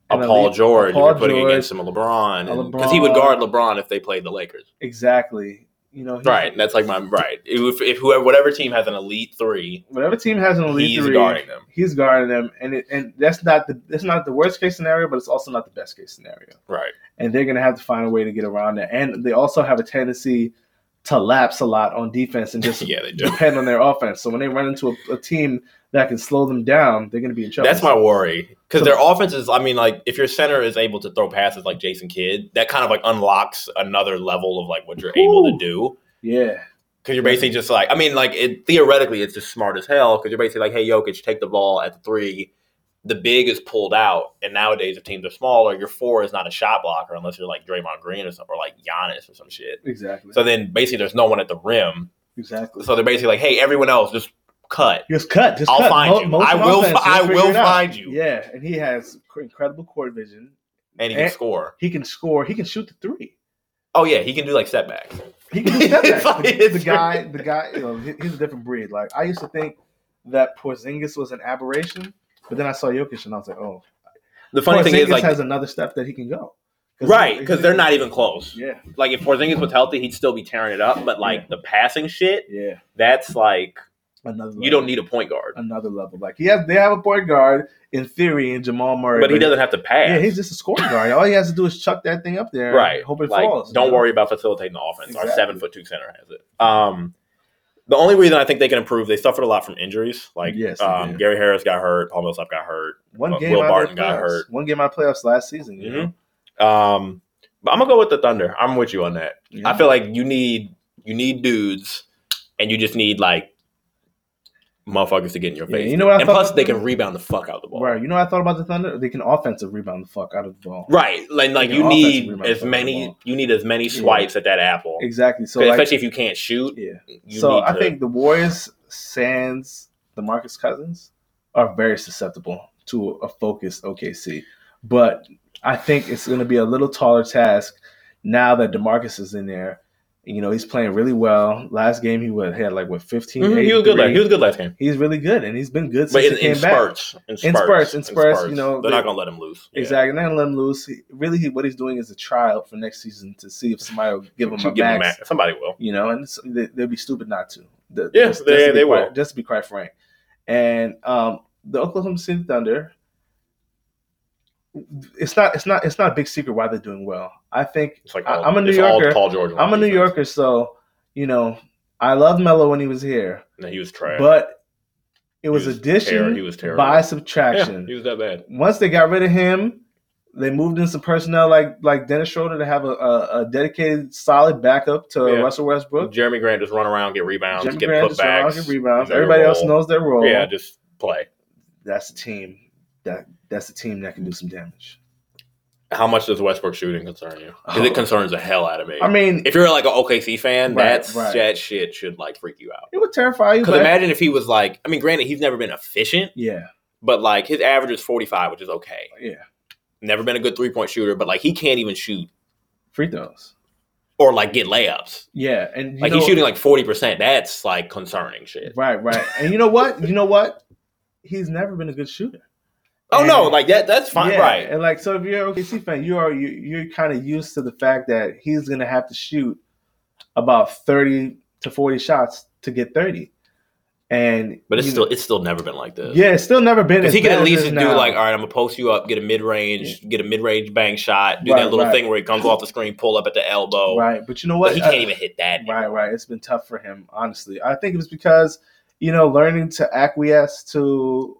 Speaker 1: a
Speaker 2: an
Speaker 1: Paul
Speaker 2: elite-
Speaker 1: George,
Speaker 2: Paul
Speaker 1: you're putting
Speaker 2: George,
Speaker 1: against him a
Speaker 2: a
Speaker 1: LeBron, because he would
Speaker 2: LeBron.
Speaker 1: guard LeBron if they played the Lakers.
Speaker 2: exactly, you know, he's-
Speaker 1: Right, and that's like my right. If, if whoever, whatever team has an elite three,
Speaker 2: Whatever team has an elite
Speaker 1: He's
Speaker 2: three,
Speaker 1: guarding them.
Speaker 2: He's guarding them, and it, and that's not the that's not the worst case scenario, but it's also not the best case scenario.
Speaker 1: right?
Speaker 2: and they're going to have to find a way to get around that. And they also have a tendency to lapse a lot on defense and just
Speaker 1: yeah, they do.
Speaker 2: depend on their offense. So when they run into a, a team that can slow them down, they're going to be in trouble.
Speaker 1: That's my worry because their offense is. I mean, like if your center is able to throw passes like Jason Kidd, that kind of like unlocks another level of like what you're able to
Speaker 2: Ooh.
Speaker 1: do.
Speaker 2: yeah,
Speaker 1: Because you're basically just like, I mean, like it theoretically, it's just smart as hell. Because you're basically like, hey, Jokic, take the ball at the three. The big is pulled out, and nowadays if teams are smaller, your four is not a shot blocker unless you're like Draymond Green or something, or like Giannis or some shit.
Speaker 2: exactly,
Speaker 1: So then basically there's no one at the rim.
Speaker 2: exactly.
Speaker 1: So they're basically like, hey, everyone else, just cut.
Speaker 2: just cut. Just
Speaker 1: I'll
Speaker 2: cut.
Speaker 1: find
Speaker 2: Mo-
Speaker 1: you.
Speaker 2: motion
Speaker 1: I will.
Speaker 2: offense,
Speaker 1: fi- I
Speaker 2: you'll figure
Speaker 1: will
Speaker 2: it out.
Speaker 1: find you.
Speaker 2: Yeah, and he has cr- incredible court vision.
Speaker 1: And he can
Speaker 2: And-
Speaker 1: score.
Speaker 2: He can score. He can shoot the three.
Speaker 1: Oh yeah, he can do like setbacks.
Speaker 2: He can do step
Speaker 1: It's
Speaker 2: back.
Speaker 1: like-
Speaker 2: the, the
Speaker 1: it's-
Speaker 2: guy, the guy, you know, he- he's a different breed. Like I used to think that Porzingis was an aberration, but then I saw Jokic and I was like, oh,
Speaker 1: The funny thing is
Speaker 2: Porzingis
Speaker 1: like
Speaker 2: has another step that he can go.
Speaker 1: right because they're not even close.
Speaker 2: Yeah,
Speaker 1: Like if Porzingis was healthy, he'd still be tearing it up. But like the passing shit,
Speaker 2: yeah.
Speaker 1: that's like
Speaker 2: Another level.
Speaker 1: you don't need a point guard,
Speaker 2: another level. Like he has, they have a point guard in theory in Jamal Murray,
Speaker 1: but he doesn't have to pass.
Speaker 2: Yeah, he's just a scoring guard. All he has to do is chuck that thing up there.
Speaker 1: right.
Speaker 2: and hope it
Speaker 1: like,
Speaker 2: falls.
Speaker 1: Don't
Speaker 2: you know?
Speaker 1: worry about facilitating the offense.
Speaker 2: Exactly.
Speaker 1: Our seven foot two center has it. Um, the only reason I think they can improve, they suffered a lot from injuries. Like
Speaker 2: Yes, they
Speaker 1: um,
Speaker 2: did.
Speaker 1: Gary Harris got hurt, Paul Millsap got hurt.
Speaker 2: One
Speaker 1: Will
Speaker 2: game out
Speaker 1: Barton
Speaker 2: of the
Speaker 1: got
Speaker 2: playoffs.
Speaker 1: hurt.
Speaker 2: One game out of playoffs last season. You know?
Speaker 1: Mhm. Um, but I'm gonna go with the Thunder. I'm with you on that.
Speaker 2: Yeah.
Speaker 1: I feel like you need you need dudes, and you just need like motherfuckers to get in your
Speaker 2: Yeah,
Speaker 1: face.
Speaker 2: you know what I
Speaker 1: and
Speaker 2: thought-
Speaker 1: plus, they can rebound the fuck out the ball.
Speaker 2: Right. You know what I thought about the Thunder? They can offensive rebound the fuck out of the ball.
Speaker 1: Right, like like
Speaker 2: They
Speaker 1: you
Speaker 2: can offensively
Speaker 1: need
Speaker 2: rebound the
Speaker 1: as
Speaker 2: fuck out the
Speaker 1: many
Speaker 2: ball.
Speaker 1: you need as many
Speaker 2: Yeah.
Speaker 1: swipes at that apple,
Speaker 2: Exactly. So
Speaker 1: 'Cause
Speaker 2: like,
Speaker 1: especially if you can't shoot.
Speaker 2: yeah.
Speaker 1: You
Speaker 2: so
Speaker 1: need
Speaker 2: I
Speaker 1: to-
Speaker 2: think the Warriors, Sands, the Marcus Cousins are very susceptible to a focused OKC. But I think it's going to be a little taller task now that Demarcus is in there. You know, he's playing really well. Last game he was, had like what 15
Speaker 1: Mhm, He was good. Last, he was good last game.
Speaker 2: He's really good, and he's been good since
Speaker 1: But in,
Speaker 2: he came
Speaker 1: in
Speaker 2: back.
Speaker 1: spurts, in spurts,
Speaker 2: spurts, in spurts, you know,
Speaker 1: they're
Speaker 2: they-
Speaker 1: not gonna let him lose. Yeah.
Speaker 2: Exactly, and then let him loose. He, really, he, what he's doing is a trial for next season to see if somebody will give him a
Speaker 1: Give him
Speaker 2: max.
Speaker 1: a- Somebody will.
Speaker 2: You know, and it's, they, they'd be stupid not to. The,
Speaker 1: Yeah,
Speaker 2: just- just
Speaker 1: they-
Speaker 2: to be
Speaker 1: they
Speaker 2: quite-
Speaker 1: will.
Speaker 2: Just to be quite frank, and um, the Oklahoma City Thunder. It's not. It's not. It's not a big secret why they're doing well. I think
Speaker 1: It's like
Speaker 2: I-
Speaker 1: all,
Speaker 2: I'm a New
Speaker 1: it's all
Speaker 2: Yorker.
Speaker 1: Paul George. on
Speaker 2: I'm a New
Speaker 1: defense.
Speaker 2: Yorker, so you know I loved Melo when he was here,
Speaker 1: No, he was trash.
Speaker 2: but it was,
Speaker 1: He was
Speaker 2: addition
Speaker 1: terri- he was terrible.
Speaker 2: by
Speaker 1: yeah,
Speaker 2: subtraction
Speaker 1: he was that bad.
Speaker 2: once they got rid of him, they moved in some personnel like like Dennis Schroeder to have a, a, a dedicated, solid backup to
Speaker 1: Yeah.
Speaker 2: Russell Westbrook.
Speaker 1: Jeremy Grant just run around, get rebounds,
Speaker 2: Jimmy
Speaker 1: get
Speaker 2: Graham
Speaker 1: putbacks,
Speaker 2: just around, get rebounds.
Speaker 1: their
Speaker 2: Everybody else
Speaker 1: role.
Speaker 2: knows their role.
Speaker 1: Yeah, just play.
Speaker 2: That's a team that that's a team that can do some damage.
Speaker 1: How much does Westbrook shooting concern you? Because
Speaker 2: Oh.
Speaker 1: it concerns the hell out of me.
Speaker 2: I mean,
Speaker 1: if you're like an OKC fan,
Speaker 2: Right,
Speaker 1: that's
Speaker 2: right.
Speaker 1: that shit should like freak you out.
Speaker 2: it would terrify you.
Speaker 1: Because
Speaker 2: But
Speaker 1: imagine if he was like, I mean, granted, he's never been efficient,
Speaker 2: yeah,
Speaker 1: but like his average is 45, which is okay.
Speaker 2: yeah,
Speaker 1: Never been a good three point shooter, but like he can't even shoot
Speaker 2: free throws.
Speaker 1: or like get layups.
Speaker 2: Yeah, and you
Speaker 1: Like
Speaker 2: know,
Speaker 1: he's shooting like 40%. That's like concerning shit.
Speaker 2: right, right. And you know what? You know what? He's never been a good shooter.
Speaker 1: Oh no,
Speaker 2: And-
Speaker 1: like that that's fine,
Speaker 2: Yeah,
Speaker 1: right.
Speaker 2: And like, so if you're an OKC fan, you are you, you're kind of used to the fact that he's going to have to shoot about thirty to forty shots to get thirty, and
Speaker 1: But it's
Speaker 2: you-
Speaker 1: still it's still never been like this.
Speaker 2: yeah, it's still never been.
Speaker 1: Because
Speaker 2: as
Speaker 1: he could
Speaker 2: bad
Speaker 1: at
Speaker 2: as
Speaker 1: least
Speaker 2: it is
Speaker 1: do
Speaker 2: now.
Speaker 1: like, all right, I'm gonna post you up, get a mid range, get a mid range bang shot, do
Speaker 2: Right,
Speaker 1: that little
Speaker 2: right.
Speaker 1: thing where he comes off the screen, pull up at the elbow.
Speaker 2: right, but you know
Speaker 1: oh, But
Speaker 2: what? uh,
Speaker 1: he can't
Speaker 2: I-
Speaker 1: even hit that.
Speaker 2: Right, right. It's been tough for him, honestly. I think it was because you know learning to acquiesce to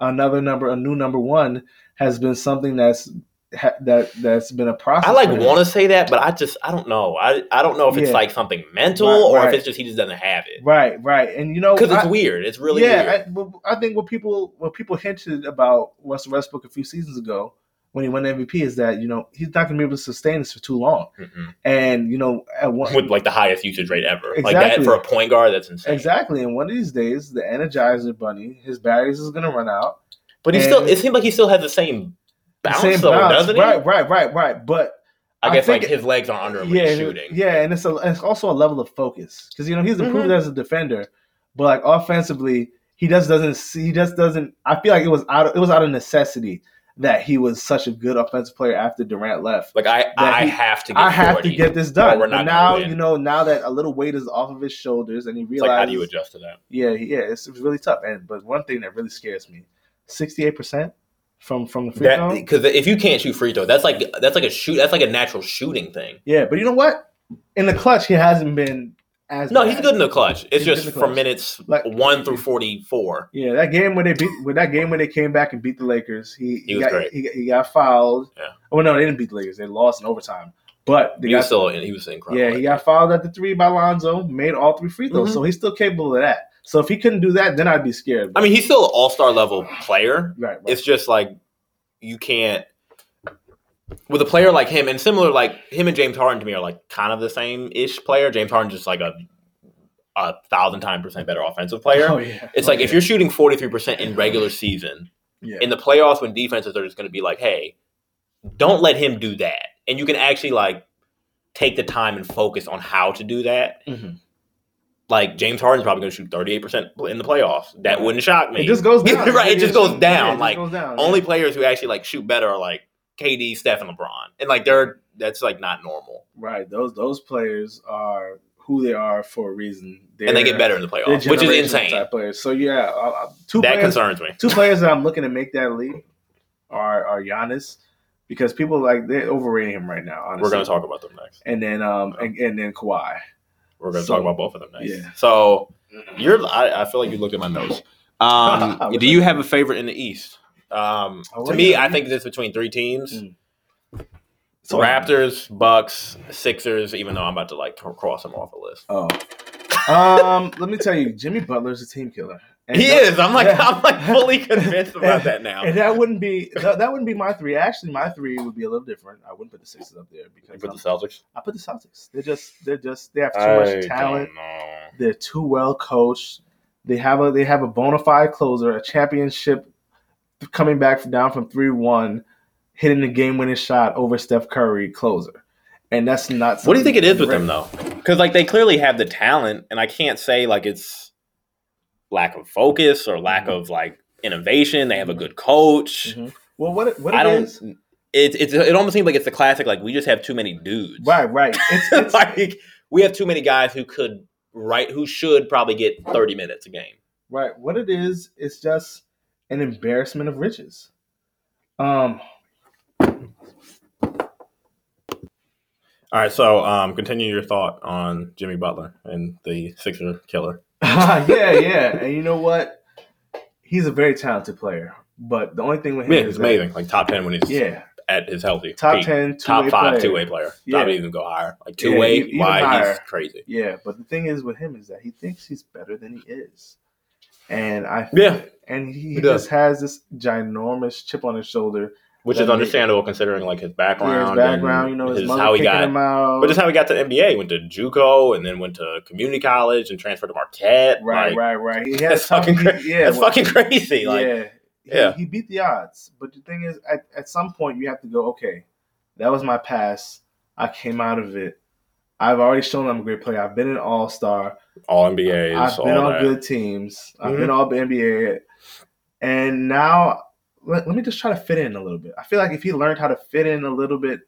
Speaker 2: another number, a new number one, has been something that's ha- that that's been a process.
Speaker 1: I like
Speaker 2: for him.
Speaker 1: want to say that, but I just I don't know. I I don't know if it's
Speaker 2: Yeah.
Speaker 1: like something mental
Speaker 2: Right,
Speaker 1: or
Speaker 2: right.
Speaker 1: if it's just he just doesn't have it.
Speaker 2: Right, right, and you know
Speaker 1: Because
Speaker 2: I-
Speaker 1: it's weird. It's really
Speaker 2: yeah,
Speaker 1: weird.
Speaker 2: I, well, I think what people what people hinted about Russell Westbrook a few seasons ago when he won the MVP is that you know he's not going to be able to sustain this for too long,
Speaker 1: Mhm.
Speaker 2: and you know at one
Speaker 1: With like the highest usage rate ever. Like that
Speaker 2: Exactly.
Speaker 1: for a point guard, that's insane.
Speaker 2: exactly, and one of these days the Energizer Bunny his batteries is going to run out.
Speaker 1: But he
Speaker 2: And-
Speaker 1: still it seems like he still has the same
Speaker 2: The
Speaker 1: bounce though, doesn't he?
Speaker 2: right, right, right, right. But I
Speaker 1: I guess
Speaker 2: think
Speaker 1: like his legs aren't under him
Speaker 2: yeah,
Speaker 1: when he's
Speaker 2: and-
Speaker 1: shooting.
Speaker 2: yeah, and it's a, it's also a level of focus because you know he's improved
Speaker 1: Mhm.
Speaker 2: as a defender, but like offensively he just doesn't see he just doesn't. I feel like it was out of, it was out of necessity that he was such a good offensive player after Durant left.
Speaker 1: Like I, I
Speaker 2: he-
Speaker 1: have to. Get
Speaker 2: I have to
Speaker 1: 40.
Speaker 2: get this done.
Speaker 1: or we're
Speaker 2: But
Speaker 1: not gonna
Speaker 2: now
Speaker 1: win.
Speaker 2: you know now that a little weight is off of his shoulders and he
Speaker 1: It's
Speaker 2: realizes
Speaker 1: like how do you adjust to that?
Speaker 2: yeah yeah it's, it's really tough. And but one thing that really scares me, sixty eight percent from from the free throw.
Speaker 1: Because if you can't shoot free throw, that's like that's like a shoot. That's like a natural shooting thing.
Speaker 2: Yeah, but you know what? In the clutch, he hasn't been as
Speaker 1: No,
Speaker 2: bad.
Speaker 1: he's good in the clutch. It's
Speaker 2: He's good
Speaker 1: just
Speaker 2: in the
Speaker 1: for
Speaker 2: clutch.
Speaker 1: minutes
Speaker 2: Like-
Speaker 1: one through forty-four.
Speaker 2: Yeah, that game when they beat with that game when they came back and beat the Lakers, he he,
Speaker 1: He was
Speaker 2: got
Speaker 1: great.
Speaker 2: He, he got fouled. Oh,
Speaker 1: Yeah.
Speaker 2: Well, no, they didn't beat the Lakers. They lost in overtime. But they
Speaker 1: He was
Speaker 2: got,
Speaker 1: still he was incredible.
Speaker 2: yeah, he got fouled at the three by Lonzo, made all three free throws,
Speaker 1: Mhm.
Speaker 2: so he's still capable of that. So if he couldn't do that, then I'd be scared.
Speaker 1: I mean, he's still an all-star level player.
Speaker 2: right, right.
Speaker 1: It's just like you can't with a player like him and similar like him and James Harden to me are like kind of the same ish player. James Harden's just like a a thousand time percent better offensive player.
Speaker 2: Oh, yeah.
Speaker 1: It's
Speaker 2: Oh,
Speaker 1: like if
Speaker 2: yeah.
Speaker 1: you're shooting 43% in regular season,
Speaker 2: yeah.
Speaker 1: in the playoffs when defenses are just going to be like, hey, don't let him do that. And you can actually like take the time and focus on how to do that.
Speaker 2: Mhm.
Speaker 1: Like James Harden's probably going to shoot 38% in the playoffs. That wouldn't shock me.
Speaker 2: it just goes down.
Speaker 1: right, it just goes
Speaker 2: Yeah, it
Speaker 1: down.
Speaker 2: just
Speaker 1: like
Speaker 2: goes down.
Speaker 1: only players who actually like shoot better are like KD, Steph, and LeBron. And like they're that's like not normal.
Speaker 2: right. Those those players are who they are for a reason. They're,
Speaker 1: and they get better in the
Speaker 2: they're
Speaker 1: playoffs, which is
Speaker 2: generational
Speaker 1: insane.
Speaker 2: type players. So yeah, uh, uh, two
Speaker 1: That
Speaker 2: players
Speaker 1: concerns me.
Speaker 2: two players that I'm looking to make that leap are are Giannis because people like they're overrating him right now. Honestly,
Speaker 1: We're going to talk about them next.
Speaker 2: and then um and, and then Kawhi.
Speaker 1: We're going to
Speaker 2: So-
Speaker 1: talk about both of them next.
Speaker 2: yeah.
Speaker 1: So you're. I, I feel like you looked at my notes. Um, do you have a favorite in the East? Um,
Speaker 2: Oh,
Speaker 1: to me,
Speaker 2: yeah.
Speaker 1: I think it's between three teams:
Speaker 2: Mm.
Speaker 1: So Raptors, Bucks, Sixers. Even though I'm about to like cr- cross them off the list.
Speaker 2: Oh, um, let me tell you, Jimmy Butler's a team killer. And
Speaker 1: he
Speaker 2: that-
Speaker 1: is. I'm like.
Speaker 2: Yeah.
Speaker 1: I'm like fully convinced about that now.
Speaker 2: And that wouldn't be that, that wouldn't be my three. Actually, my three would be a little different. I wouldn't put the Sixers up there because I'm-
Speaker 1: Celtics.
Speaker 2: I put the Celtics. They're just they're just they have too much talent. They're too well coached. They have a they have a bona fide closer, a championship coming back from down from three one. hitting the game winning shot over Steph Curry closer. And that's not
Speaker 1: What do you think it is with them though? Because like they clearly have the talent, and I can't say like it's lack of focus or lack of like innovation. They have a good coach.
Speaker 2: Mhm. Well, what it, what it
Speaker 1: I don't.
Speaker 2: is-
Speaker 1: It, it it almost seems like it's the classic like we just have too many dudes.
Speaker 2: right, right. It's, it's
Speaker 1: like we have too many guys who could right who should probably get thirty minutes a game.
Speaker 2: Right. What it is, it's just an embarrassment of riches. Um,
Speaker 1: All right, so um, continue your thought on Jimmy Butler and the Sixer killer.
Speaker 2: yeah, yeah. And you know what? He's a very talented player, but the only thing with him
Speaker 1: Man,
Speaker 2: is
Speaker 1: he's
Speaker 2: that-
Speaker 1: amazing. Like top ten when he's
Speaker 2: Yeah,
Speaker 1: at his healthy.
Speaker 2: top
Speaker 1: peak.
Speaker 2: ten,
Speaker 1: top
Speaker 2: two-way
Speaker 1: five,
Speaker 2: player.
Speaker 1: two way player.
Speaker 2: Yeah.
Speaker 1: Not even go higher. Like
Speaker 2: Yeah,
Speaker 1: two way,
Speaker 2: e- even
Speaker 1: why he's
Speaker 2: higher.
Speaker 1: crazy.
Speaker 2: Yeah, but the thing is with him is that he thinks he's better than he is, and I
Speaker 1: Yeah,
Speaker 2: and he,
Speaker 1: He does.
Speaker 2: just has this ginormous chip on his shoulder.
Speaker 1: which
Speaker 2: That
Speaker 1: is
Speaker 2: ma-
Speaker 1: understandable considering like his
Speaker 2: Yeah,
Speaker 1: background,
Speaker 2: his
Speaker 1: and
Speaker 2: background, you know, his,
Speaker 1: his-
Speaker 2: mother
Speaker 1: how he
Speaker 2: kicking
Speaker 1: got,
Speaker 2: him out.
Speaker 1: but just how he got to NBA. Went to JUCO and then went to community college and transferred to Marquette.
Speaker 2: right,
Speaker 1: Like,
Speaker 2: right, right. He had
Speaker 1: That's
Speaker 2: a tough-
Speaker 1: fucking
Speaker 2: he-
Speaker 1: crazy.
Speaker 2: Yeah,
Speaker 1: That's
Speaker 2: well-
Speaker 1: fucking crazy. Like,
Speaker 2: yeah. He,
Speaker 1: yeah.
Speaker 2: he beat the odds. But the thing is, at, at some point, you have to go, okay, that was my pass. I came out of it. I've already shown I'm a great player. I've been an all star.
Speaker 1: all NBAs,
Speaker 2: I've
Speaker 1: all
Speaker 2: been on
Speaker 1: that.
Speaker 2: good teams. I've
Speaker 1: Mhm.
Speaker 2: been all NBA. And now, let, let me just try to fit in a little bit. I feel like if he learned how to fit in a little bit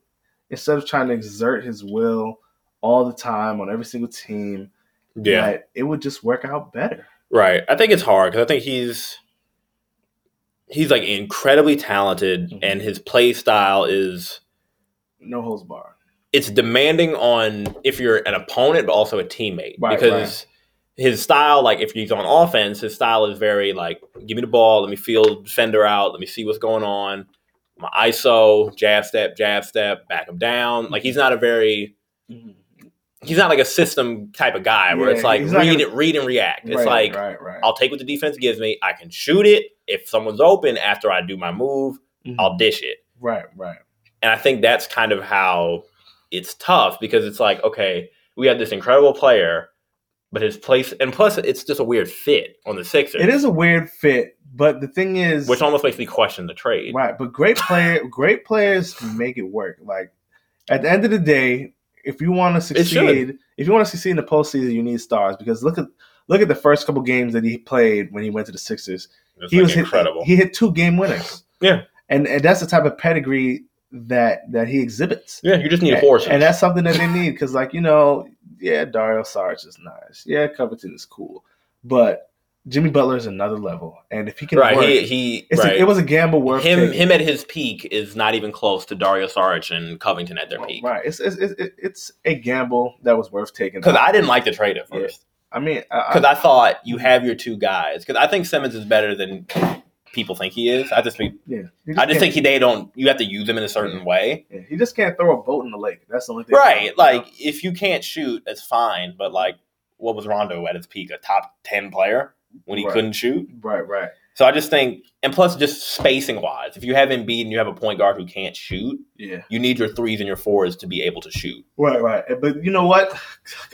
Speaker 2: instead of trying to exert his will all the time on every single team,
Speaker 1: Yeah,
Speaker 2: that it would just work out better.
Speaker 1: right. I think it's hard because I think he's he's like incredibly talented,
Speaker 2: Mhm.
Speaker 1: and his play style is
Speaker 2: No holds barred.
Speaker 1: it's demanding on if you're an opponent but also a teammate
Speaker 2: Right,
Speaker 1: because his style like if he's on offense his style is very like give me the ball let me feel defender out let me see what's going on my iso jab step jab step back him down like he's not a very he's not like a system type of guy where
Speaker 2: Yeah,
Speaker 1: it's like
Speaker 2: he's
Speaker 1: read
Speaker 2: not gonna-
Speaker 1: it read and react it's
Speaker 2: Right,
Speaker 1: like
Speaker 2: right, right.
Speaker 1: i'll take what the defense gives me i can shoot it if someone's open after i do my move
Speaker 2: Mhm.
Speaker 1: i'll dish it
Speaker 2: Right, right.
Speaker 1: And I think that's kind of how it's tough because it's like, okay, we have this incredible player, but his place, and plus, it's just a weird fit on the Sixers,
Speaker 2: It is a weird fit, but the thing is,
Speaker 1: which almost makes me question the trade.
Speaker 2: right? But great player, great players make it work. Like at the end of the day, if you want to
Speaker 1: It should.
Speaker 2: succeed, if you want to succeed in the postseason, you need stars. Because look at look at the first couple games that he played when he went to the Sixers.
Speaker 1: It's
Speaker 2: he
Speaker 1: like
Speaker 2: was
Speaker 1: incredible.
Speaker 2: Hit, he hit two game winners.
Speaker 1: Yeah.
Speaker 2: and and that's the type of pedigree that that he exhibits.
Speaker 1: yeah, you just need
Speaker 2: And-
Speaker 1: horses.
Speaker 2: And that's something that they need because, like, you know, yeah, Dario Sarge is nice. Yeah, Covington is cool. But Jimmy Butler is another level. And if he can
Speaker 1: right.
Speaker 2: work,
Speaker 1: He, he
Speaker 2: it's a-
Speaker 1: right.
Speaker 2: it was a gamble worth
Speaker 1: him
Speaker 2: taking.
Speaker 1: him at his peak is not even close to Dario Saric and Covington at their peak.
Speaker 2: Right. It's, it's, it's, it's a gamble that was worth taking.
Speaker 1: Because I didn't like the trade at
Speaker 2: Yeah.
Speaker 1: first.
Speaker 2: I mean, I, I-
Speaker 1: Because I thought you have your two guys. Because I think Simmons is better than people think he is. I just think
Speaker 2: yeah, you
Speaker 1: I just
Speaker 2: can't-
Speaker 1: think he, they don't. You have to use them in a certain way.
Speaker 2: yeah, he just can't throw a boat in the lake. That's the only thing.
Speaker 1: Right. Like if you can't shoot, that's fine. But like, what was Rondo at his peak? A top ten player when he
Speaker 2: Right.
Speaker 1: couldn't shoot.
Speaker 2: right, right.
Speaker 1: So I just think, and plus, just spacing wise, if you have Embiid and you have a point guard who can't shoot,
Speaker 2: Yeah.
Speaker 1: you need your threes and your fours to be able to shoot.
Speaker 2: Right, right. But you know what?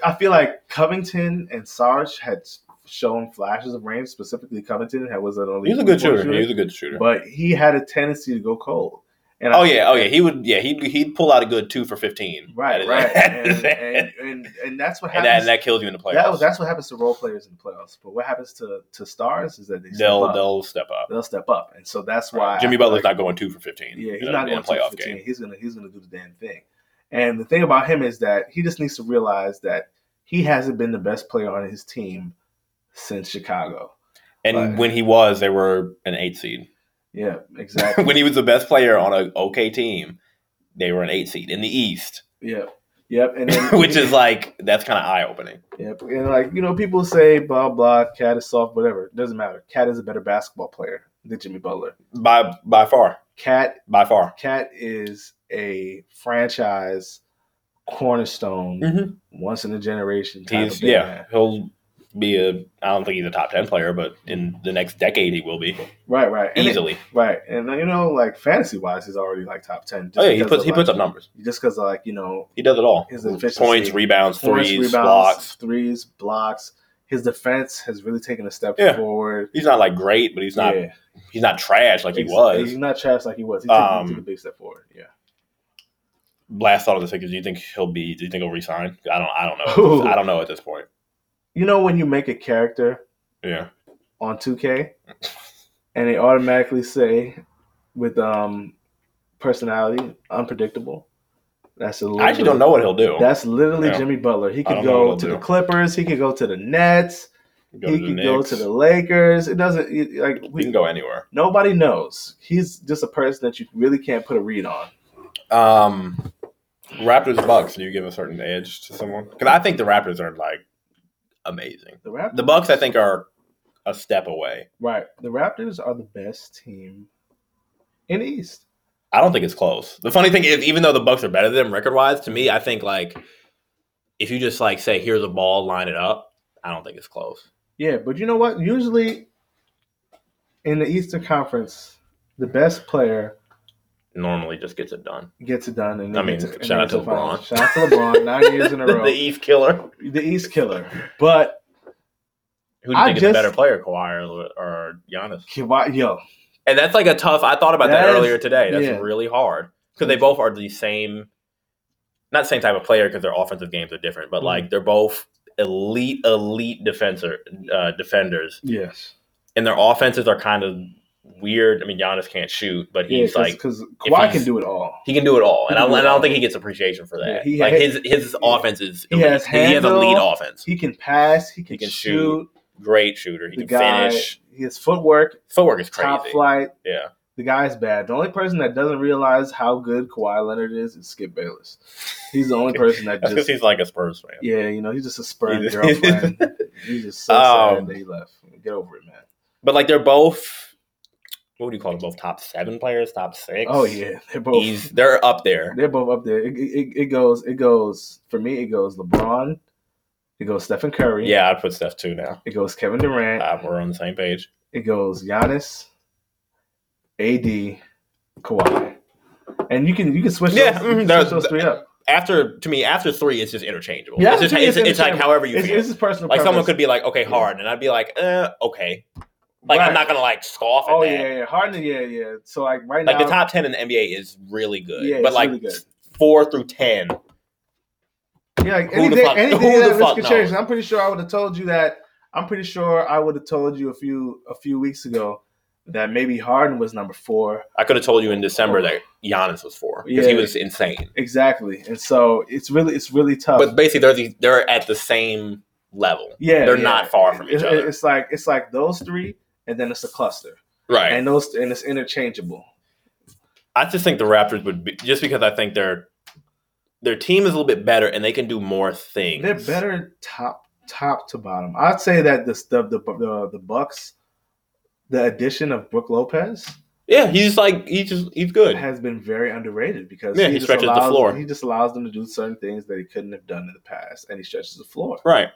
Speaker 2: I feel like Covington and Sarge had shown flashes of range, specifically Covington had was an elite
Speaker 1: He's a good
Speaker 2: three-point
Speaker 1: shooter. He's a good shooter.
Speaker 2: but he had a tendency to go cold. And
Speaker 1: oh yeah, oh yeah. He would. Yeah, he'd he'd pull out a good two for fifteen.
Speaker 2: right,
Speaker 1: That is-
Speaker 2: right, and,
Speaker 1: and,
Speaker 2: and, and and that's what
Speaker 1: that,
Speaker 2: happens.
Speaker 1: and that kills you in the playoffs.
Speaker 2: that was, that's what happens to role players in the playoffs. But what happens to to stars is that they step
Speaker 1: they'll
Speaker 2: up. They'll,
Speaker 1: they'll step up.
Speaker 2: step up, and so that's why
Speaker 1: Jimmy
Speaker 2: I feel
Speaker 1: Butler's
Speaker 2: like-
Speaker 1: not going two for fifteen.
Speaker 2: Yeah, he's
Speaker 1: in a-
Speaker 2: not
Speaker 1: in
Speaker 2: going
Speaker 1: a
Speaker 2: to playoff
Speaker 1: playoff
Speaker 2: 15.
Speaker 1: game.
Speaker 2: He's gonna he's gonna do the damn thing. And the thing about him is that he just needs to realize that he hasn't been the best player on his team since Chicago.
Speaker 1: And
Speaker 2: Right.
Speaker 1: when he was, they were an eight seed.
Speaker 2: Yeah, exactly.
Speaker 1: when he was the best player on a okay team, they were an eight seed in the East,
Speaker 2: yep, yep. And then,
Speaker 1: which is like that's kind of eye opening.
Speaker 2: Yep. And like, you know, people say blah blah, cat is soft, whatever. It doesn't matter. Cat is a better basketball player than Jimmy Butler.
Speaker 1: By by far,
Speaker 2: Cat
Speaker 1: by far.
Speaker 2: Cat is a franchise cornerstone,
Speaker 1: Mhm.
Speaker 2: once in a generation type of
Speaker 1: He's
Speaker 2: big
Speaker 1: yeah,
Speaker 2: man.
Speaker 1: he'll be a. I don't think he's a top ten player, but in the next decade he will be
Speaker 2: Right, right. And it-
Speaker 1: easily.
Speaker 2: right. And you know, like fantasy wise, he's already like top ten.
Speaker 1: Oh yeah, he
Speaker 2: because
Speaker 1: puts
Speaker 2: of,
Speaker 1: he puts
Speaker 2: like,
Speaker 1: up numbers.
Speaker 2: just because like, you know,
Speaker 1: He does it all.
Speaker 2: His efficiency.
Speaker 1: Points, rebounds,
Speaker 2: points,
Speaker 1: threes,
Speaker 2: rebounds,
Speaker 1: blocks.
Speaker 2: threes, blocks. his defense has really taken a step
Speaker 1: Yeah.
Speaker 2: forward.
Speaker 1: He's not like great, but he's not
Speaker 2: Yeah.
Speaker 1: he's not trash like he
Speaker 2: Ex-
Speaker 1: was.
Speaker 2: He's not trash like he was. He took,
Speaker 1: Um,
Speaker 2: he took a big step forward. Yeah.
Speaker 1: Last thought of the Sixers: Do you think he'll be? Do you think he'll resign? I don't. I don't
Speaker 2: Ooh.
Speaker 1: know. I don't know at this point.
Speaker 2: You know when you make a character
Speaker 1: Yeah.
Speaker 2: on 2K and they automatically say with um personality unpredictable. That's a little
Speaker 1: I actually don't know what he'll do.
Speaker 2: That's literally
Speaker 1: Yeah.
Speaker 2: Jimmy Butler. He
Speaker 1: I
Speaker 2: could
Speaker 1: don't know what
Speaker 2: go
Speaker 1: he'll
Speaker 2: to
Speaker 1: do.
Speaker 2: the Clippers. He could go to the Nets.
Speaker 1: Go
Speaker 2: he
Speaker 1: to the
Speaker 2: could go
Speaker 1: Knicks.
Speaker 2: to the Lakers. It doesn't it- like
Speaker 1: He can
Speaker 2: we,
Speaker 1: go anywhere.
Speaker 2: nobody knows. He's just a person that you really can't put a read on.
Speaker 1: Um, Raptors Bucks. Do you give a certain edge to someone? Because I think the Raptors are like amazing.
Speaker 2: The Raptors,
Speaker 1: The Bucks, I think, are a step away.
Speaker 2: right? The Raptors are the best team in the East.
Speaker 1: I don't think it's close. The funny thing is, even though the Bucks are better than them record wise, to me, I think like if you just like say here's a ball, line it up, I don't think it's close.
Speaker 2: Yeah, but you know what? Usually in the Eastern Conference, the best player
Speaker 1: Normally, just gets it done.
Speaker 2: gets it done. And they
Speaker 1: I mean,
Speaker 2: get and
Speaker 1: shout
Speaker 2: they
Speaker 1: out
Speaker 2: get
Speaker 1: to
Speaker 2: finals.
Speaker 1: LeBron.
Speaker 2: Shout out to LeBron, nine years in a row.
Speaker 1: the E- Eve killer.
Speaker 2: the East killer, but
Speaker 1: Who do you
Speaker 2: I
Speaker 1: think is
Speaker 2: just-
Speaker 1: a better player, Kawhi or, or Giannis?
Speaker 2: Kawhi, yo,
Speaker 1: And that's like a tough. I thought about that,
Speaker 2: That is-
Speaker 1: earlier today. That's
Speaker 2: yeah.
Speaker 1: really hard because they both are the same, not same type of player because their offensive games are different, but
Speaker 2: Mhm.
Speaker 1: like they're both elite, elite defender uh, defenders,
Speaker 2: yes,
Speaker 1: and their offenses are kind of weird. I mean, Giannis can't shoot, but
Speaker 2: yeah,
Speaker 1: he's
Speaker 2: cause,
Speaker 1: like
Speaker 2: 'cause Kawhi can
Speaker 1: he's-
Speaker 2: do it all.
Speaker 1: he can do it all,
Speaker 2: He
Speaker 1: and I,
Speaker 2: can do
Speaker 1: and
Speaker 2: it
Speaker 1: I
Speaker 2: all.
Speaker 1: don't think he gets appreciation for
Speaker 2: Yeah,
Speaker 1: that.
Speaker 2: he
Speaker 1: like
Speaker 2: ha-
Speaker 1: his his offense is
Speaker 2: he
Speaker 1: elite.
Speaker 2: has
Speaker 1: he has
Speaker 2: handle.
Speaker 1: elite offense.
Speaker 2: He can pass. He can,
Speaker 1: He can
Speaker 2: shoot.
Speaker 1: Great shooter. He
Speaker 2: The
Speaker 1: can
Speaker 2: guy,
Speaker 1: finish.
Speaker 2: his footwork,
Speaker 1: Footwork is crazy.
Speaker 2: top flight.
Speaker 1: Yeah.
Speaker 2: The guy's bad. The only person that doesn't realize how good Kawhi Leonard is is Skip Bayless. He's the only person that
Speaker 1: That's because
Speaker 2: just
Speaker 1: he's like a Spurs fan.
Speaker 2: yeah, you know, he's just a spurned
Speaker 1: He's-
Speaker 2: girlfriend. he's just so
Speaker 1: Um,
Speaker 2: sad that he left. Get over it, man.
Speaker 1: But like they're both what would you call them? Both top seven players, top six.
Speaker 2: Oh yeah, they're both
Speaker 1: He's, they're up there.
Speaker 2: they're both up there. It, it, it goes it goes for me. It goes LeBron. It goes Stephen Curry.
Speaker 1: Yeah, I'd put Steph two now.
Speaker 2: It goes Kevin Durant.
Speaker 1: Uh, we're on the same page.
Speaker 2: It goes Giannis, AD, Kawhi, and you can you can switch
Speaker 1: Yeah,
Speaker 2: those, you can
Speaker 1: mhm, that-
Speaker 2: switch those three up.
Speaker 1: After to me, after three, it's just interchangeable.
Speaker 2: Yeah,
Speaker 1: it's, just,
Speaker 2: to me,
Speaker 1: it's,
Speaker 2: it's
Speaker 1: it's like
Speaker 2: interchangeable.
Speaker 1: however you
Speaker 2: It's,
Speaker 1: feel.
Speaker 2: it's just personal.
Speaker 1: like someone could
Speaker 2: preference.
Speaker 1: be like, okay, hard, and I'd be like, eh, okay. Like I'm
Speaker 2: Right.
Speaker 1: not gonna like scoff at
Speaker 2: Oh
Speaker 1: that.
Speaker 2: yeah, yeah, Harden. Yeah, yeah. So like right
Speaker 1: Like
Speaker 2: now,
Speaker 1: the top ten in the NBA is really good,
Speaker 2: Yeah,
Speaker 1: but
Speaker 2: it's
Speaker 1: like
Speaker 2: really good.
Speaker 1: four through ten,
Speaker 2: Yeah, like
Speaker 1: Who the
Speaker 2: any day,
Speaker 1: fuck-
Speaker 2: any
Speaker 1: who
Speaker 2: day
Speaker 1: the
Speaker 2: that risk
Speaker 1: fuck
Speaker 2: could
Speaker 1: knows?
Speaker 2: change. I'm pretty sure I would have told you that. I'm pretty sure I would have told you a few a few weeks ago that maybe Harden was number four.
Speaker 1: I could have told you in December that Giannis was four because he
Speaker 2: Yeah.
Speaker 1: was insane.
Speaker 2: Exactly, and so it's really it's really tough.
Speaker 1: But basically, they're the, they're at the same level.
Speaker 2: yeah,
Speaker 1: they're
Speaker 2: yeah.
Speaker 1: not far from each
Speaker 2: It's-
Speaker 1: other.
Speaker 2: It's like it's like those three, and then it's a cluster,
Speaker 1: Right.
Speaker 2: and those and it's interchangeable.
Speaker 1: I just think the Raptors would be just because I think their their team is a little bit better and they can do more things.
Speaker 2: They're better top top to bottom. I'd say that the the the, the, the Bucks, the addition of Brooke Lopez
Speaker 1: Yeah, he's like he's just he's good.
Speaker 2: has been very underrated because
Speaker 1: Yeah, he stretches the
Speaker 2: allows,
Speaker 1: floor.
Speaker 2: He just allows them to do certain things that he couldn't have done in the past, and he stretches the floor.
Speaker 1: Right.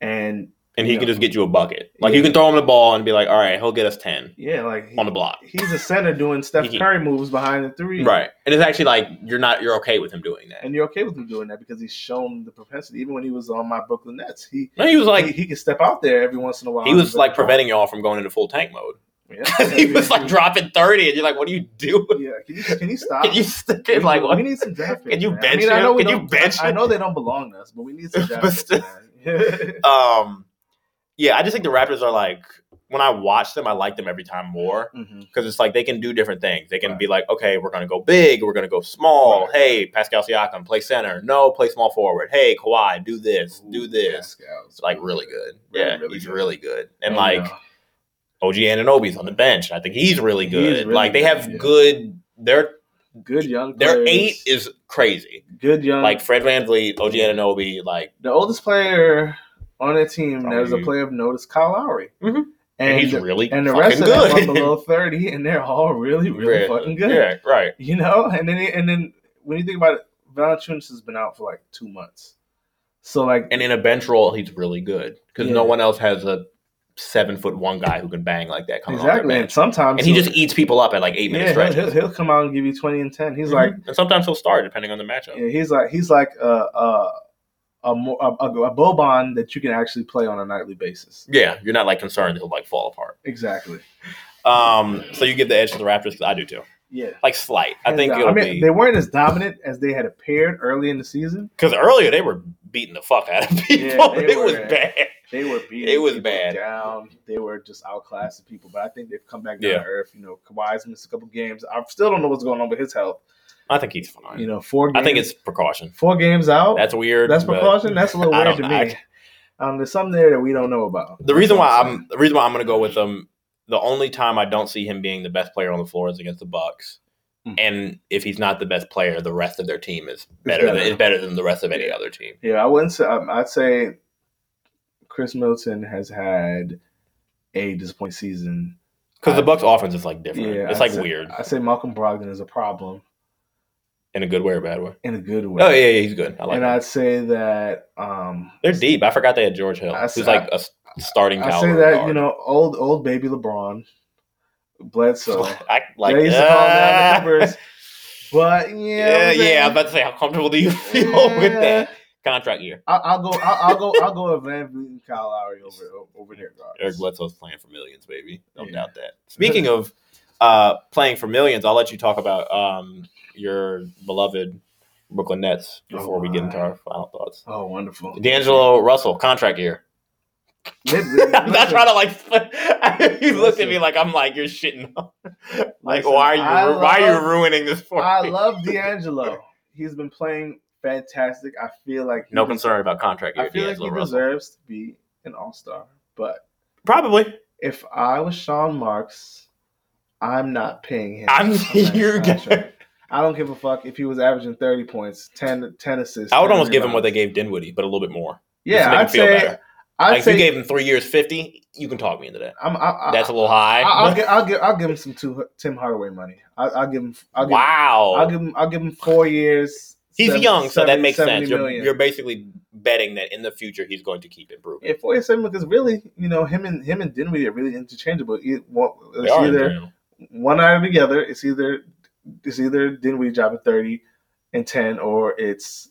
Speaker 2: And
Speaker 1: And he
Speaker 2: Yeah.
Speaker 1: can just get you a bucket. Like
Speaker 2: Yeah.
Speaker 1: you can throw him the ball and be like, all right, he'll get us ten
Speaker 2: yeah, like he-
Speaker 1: on the block.
Speaker 2: he's a center doing Steph
Speaker 1: He-
Speaker 2: Curry moves behind the three,
Speaker 1: Right. And it's actually like you're not you're okay with him doing that.
Speaker 2: And you're okay with him doing that because he's shown the propensity. Even when he was on my Brooklyn Nets, he
Speaker 1: No, he was
Speaker 2: he,
Speaker 1: like
Speaker 2: he could step out there every once in a while.
Speaker 1: he was like preventing y'all from going into full tank mode.
Speaker 2: "Oh, Yeah.
Speaker 1: he was like dropping thirty and you're like, what are you doing?
Speaker 2: yeah. Can you can you stop?
Speaker 1: Can you stick it like
Speaker 2: we
Speaker 1: what?
Speaker 2: need some draft picks.
Speaker 1: Can you
Speaker 2: man.
Speaker 1: bench
Speaker 2: I
Speaker 1: him?
Speaker 2: know we
Speaker 1: Can you
Speaker 2: don't-
Speaker 1: bench
Speaker 2: I, I
Speaker 1: him?
Speaker 2: know they don't belong to us, but we need some draft
Speaker 1: But
Speaker 2: picks.
Speaker 1: still-
Speaker 2: man.
Speaker 1: Um yeah, I just think the Raptors are like when I watch them, I like them every time more.
Speaker 2: Mhm.
Speaker 1: because it's like they can do different things. They can
Speaker 2: Right.
Speaker 1: be like, okay, we're going to go big, we're going to go small.
Speaker 2: Right.
Speaker 1: Hey, Pascal Siakam, play center. No, play small forward. Hey, Kawhi, do this, do
Speaker 2: Ooh,
Speaker 1: this.
Speaker 2: Pascal's
Speaker 1: It's like really good.
Speaker 2: Really,
Speaker 1: yeah,
Speaker 2: really
Speaker 1: he's
Speaker 2: good. uh,
Speaker 1: really good. And
Speaker 2: Yeah.
Speaker 1: like OG Ananobi's on the bench. I think he's really
Speaker 2: He
Speaker 1: good.
Speaker 2: is really
Speaker 1: like they
Speaker 2: good,
Speaker 1: have
Speaker 2: yeah.
Speaker 1: good. Their
Speaker 2: good young
Speaker 1: their
Speaker 2: players.
Speaker 1: eight is crazy.
Speaker 2: good young
Speaker 1: Like
Speaker 2: like
Speaker 1: Fred VanVleet, OG Ananobi, like
Speaker 2: the oldest player on their team that is a
Speaker 1: Probably-
Speaker 2: player of note is Kyle Lowry.
Speaker 1: Mhm. Oh, and,
Speaker 2: And
Speaker 1: he's
Speaker 2: the,
Speaker 1: really
Speaker 2: and the
Speaker 1: fucking
Speaker 2: rest of them are
Speaker 1: good.
Speaker 2: below thirty and they're all really, really
Speaker 1: Yeah,
Speaker 2: fucking good.
Speaker 1: Yeah, right.
Speaker 2: You know? And then and then when you think about it, Valanciunas has been out for like two months. So like
Speaker 1: And in a bench role, he's really good because
Speaker 2: Yeah.
Speaker 1: no one else has a seven foot one guy who can bang like that coming off their
Speaker 2: exactly
Speaker 1: bench.
Speaker 2: and sometimes
Speaker 1: and he
Speaker 2: he'll-
Speaker 1: just eats people up at like eight minutes
Speaker 2: yeah, he'll,
Speaker 1: stretch. Mm-hmm.
Speaker 2: he'll, he'll come out and give you twenty and ten. He's like
Speaker 1: and sometimes he'll start depending on the matchup.
Speaker 2: yeah, he's like he's like uh uh a a, mo- a, a, a Boban that you can actually play on a nightly basis.
Speaker 1: Yeah, you're not like concerned he'll like fall apart.
Speaker 2: Exactly.
Speaker 1: Um, so you give the edge to the Raptors because I do too.
Speaker 2: Yeah.
Speaker 1: Like slight, I think
Speaker 2: And, uh,
Speaker 1: it'll
Speaker 2: I mean,
Speaker 1: be
Speaker 2: they weren't as dominant as they had appeared early in the season.
Speaker 1: because earlier they were beating the fuck out of people.
Speaker 2: they
Speaker 1: it was
Speaker 2: were.
Speaker 1: bad.
Speaker 2: They were beating.
Speaker 1: It was
Speaker 2: people
Speaker 1: bad.
Speaker 2: Down. They were just outclassing people. But I think they've come back down
Speaker 1: Yeah.
Speaker 2: to earth. You know, Kawhi's missed a couple games. I still don't know what's going on with his health.
Speaker 1: I think he's fine.
Speaker 2: You know, four.
Speaker 1: I
Speaker 2: Games,
Speaker 1: think it's precaution.
Speaker 2: four games out.
Speaker 1: That's weird.
Speaker 2: That's
Speaker 1: but
Speaker 2: precaution. That's a little
Speaker 1: I
Speaker 2: weird to
Speaker 1: don't
Speaker 2: me.
Speaker 1: know.
Speaker 2: um, there's something there that we don't know about.
Speaker 1: The reason why I'm the reason why I'm going to go with him. The only time I don't see him being the best player on the floor is against the Bucks.
Speaker 2: Mm.
Speaker 1: And if he's not the best player, the rest of their team is better.
Speaker 2: better.
Speaker 1: Than, is better than the rest of any other team.
Speaker 2: Yeah, I wouldn't say. Um, I'd say Chris Milton has had a disappointing season.
Speaker 1: Because the
Speaker 2: I-
Speaker 1: Bucks' offense is like different.
Speaker 2: Yeah,
Speaker 1: it's
Speaker 2: I'd
Speaker 1: like
Speaker 2: say-
Speaker 1: weird
Speaker 2: I say Malcolm Brogdon is a problem
Speaker 1: in a good way or bad way.
Speaker 2: in a good way.
Speaker 1: Oh yeah, yeah he's good. I like.
Speaker 2: and
Speaker 1: him.
Speaker 2: I'd say that um,
Speaker 1: They're deep. I forgot they had George Hill,
Speaker 2: I
Speaker 1: who's
Speaker 2: say-
Speaker 1: like a s- starting.
Speaker 2: I say
Speaker 1: caliber
Speaker 2: that
Speaker 1: guard.
Speaker 2: you know, old old baby LeBron, Bledsoe.
Speaker 1: I like.
Speaker 2: they used to call him down the
Speaker 1: ah.
Speaker 2: Clippers, but yeah,
Speaker 1: yeah, yeah. I'm about to say, how comfortable do you feel with that contract year?
Speaker 2: I'll, I'll go. I'll, I'll go. I'll go with Van Vliet and Kyle Lowry over over their
Speaker 1: Eric
Speaker 2: guards.
Speaker 1: Bledsoe's playing for millions, baby. Don't
Speaker 2: Yeah.
Speaker 1: doubt that. Speaking of uh, playing for millions, I'll let you talk about um, your beloved Brooklyn Nets before we get into our final thoughts.
Speaker 2: Oh, wonderful.
Speaker 1: D'Angelo Russell contract year. I'm not trying to like. you looked at me
Speaker 2: Listen.
Speaker 1: like I'm like you're shitting. on- like
Speaker 2: Listen,
Speaker 1: why are you
Speaker 2: I
Speaker 1: ru- why are
Speaker 2: love-
Speaker 1: you ruining this for
Speaker 2: I
Speaker 1: me?
Speaker 2: love D'Angelo. He's been playing fantastic. I feel like he
Speaker 1: no
Speaker 2: des-
Speaker 1: concern about contract year.
Speaker 2: I feel like
Speaker 1: D'Angelo
Speaker 2: he
Speaker 1: Russell.
Speaker 2: deserves to be an All Star, but
Speaker 1: Probably.
Speaker 2: if I was Sean Marks, I'm not paying him.
Speaker 1: I'm-
Speaker 2: a max
Speaker 1: you're gonna-
Speaker 2: contract. I don't give a fuck if he was averaging 30 points, 10, 10 assists.
Speaker 1: I would
Speaker 2: 10
Speaker 1: almost give him what
Speaker 2: rebounds.
Speaker 1: they gave Dinwiddie, but a little bit more.
Speaker 2: Yeah, I'd
Speaker 1: just to make him feel
Speaker 2: say.
Speaker 1: better.
Speaker 2: I'd
Speaker 1: like if
Speaker 2: say.
Speaker 1: you gave him three years, fifty. You can talk me into that.
Speaker 2: I'm, I, I,
Speaker 1: That's a little high.
Speaker 2: I, will give, I'll, give, I'll give him some two, Tim Hardaway money. I, I'll give him. I'll give,
Speaker 1: wow.
Speaker 2: I'll give him. I'll give him four years.
Speaker 1: he's
Speaker 2: seven-
Speaker 1: young, so that
Speaker 2: seven-
Speaker 1: makes
Speaker 2: 70
Speaker 1: sense. You're,
Speaker 2: million.
Speaker 1: you're basically betting that in the future he's going to keep improving.
Speaker 2: yeah, four years, seven because really, you know, him and him and Dinwiddie are really interchangeable. It, well,
Speaker 1: They
Speaker 2: it's
Speaker 1: are in
Speaker 2: either
Speaker 1: general.
Speaker 2: one out of the other. It's either it's either Dinwiddie dropping thirty and ten, or it's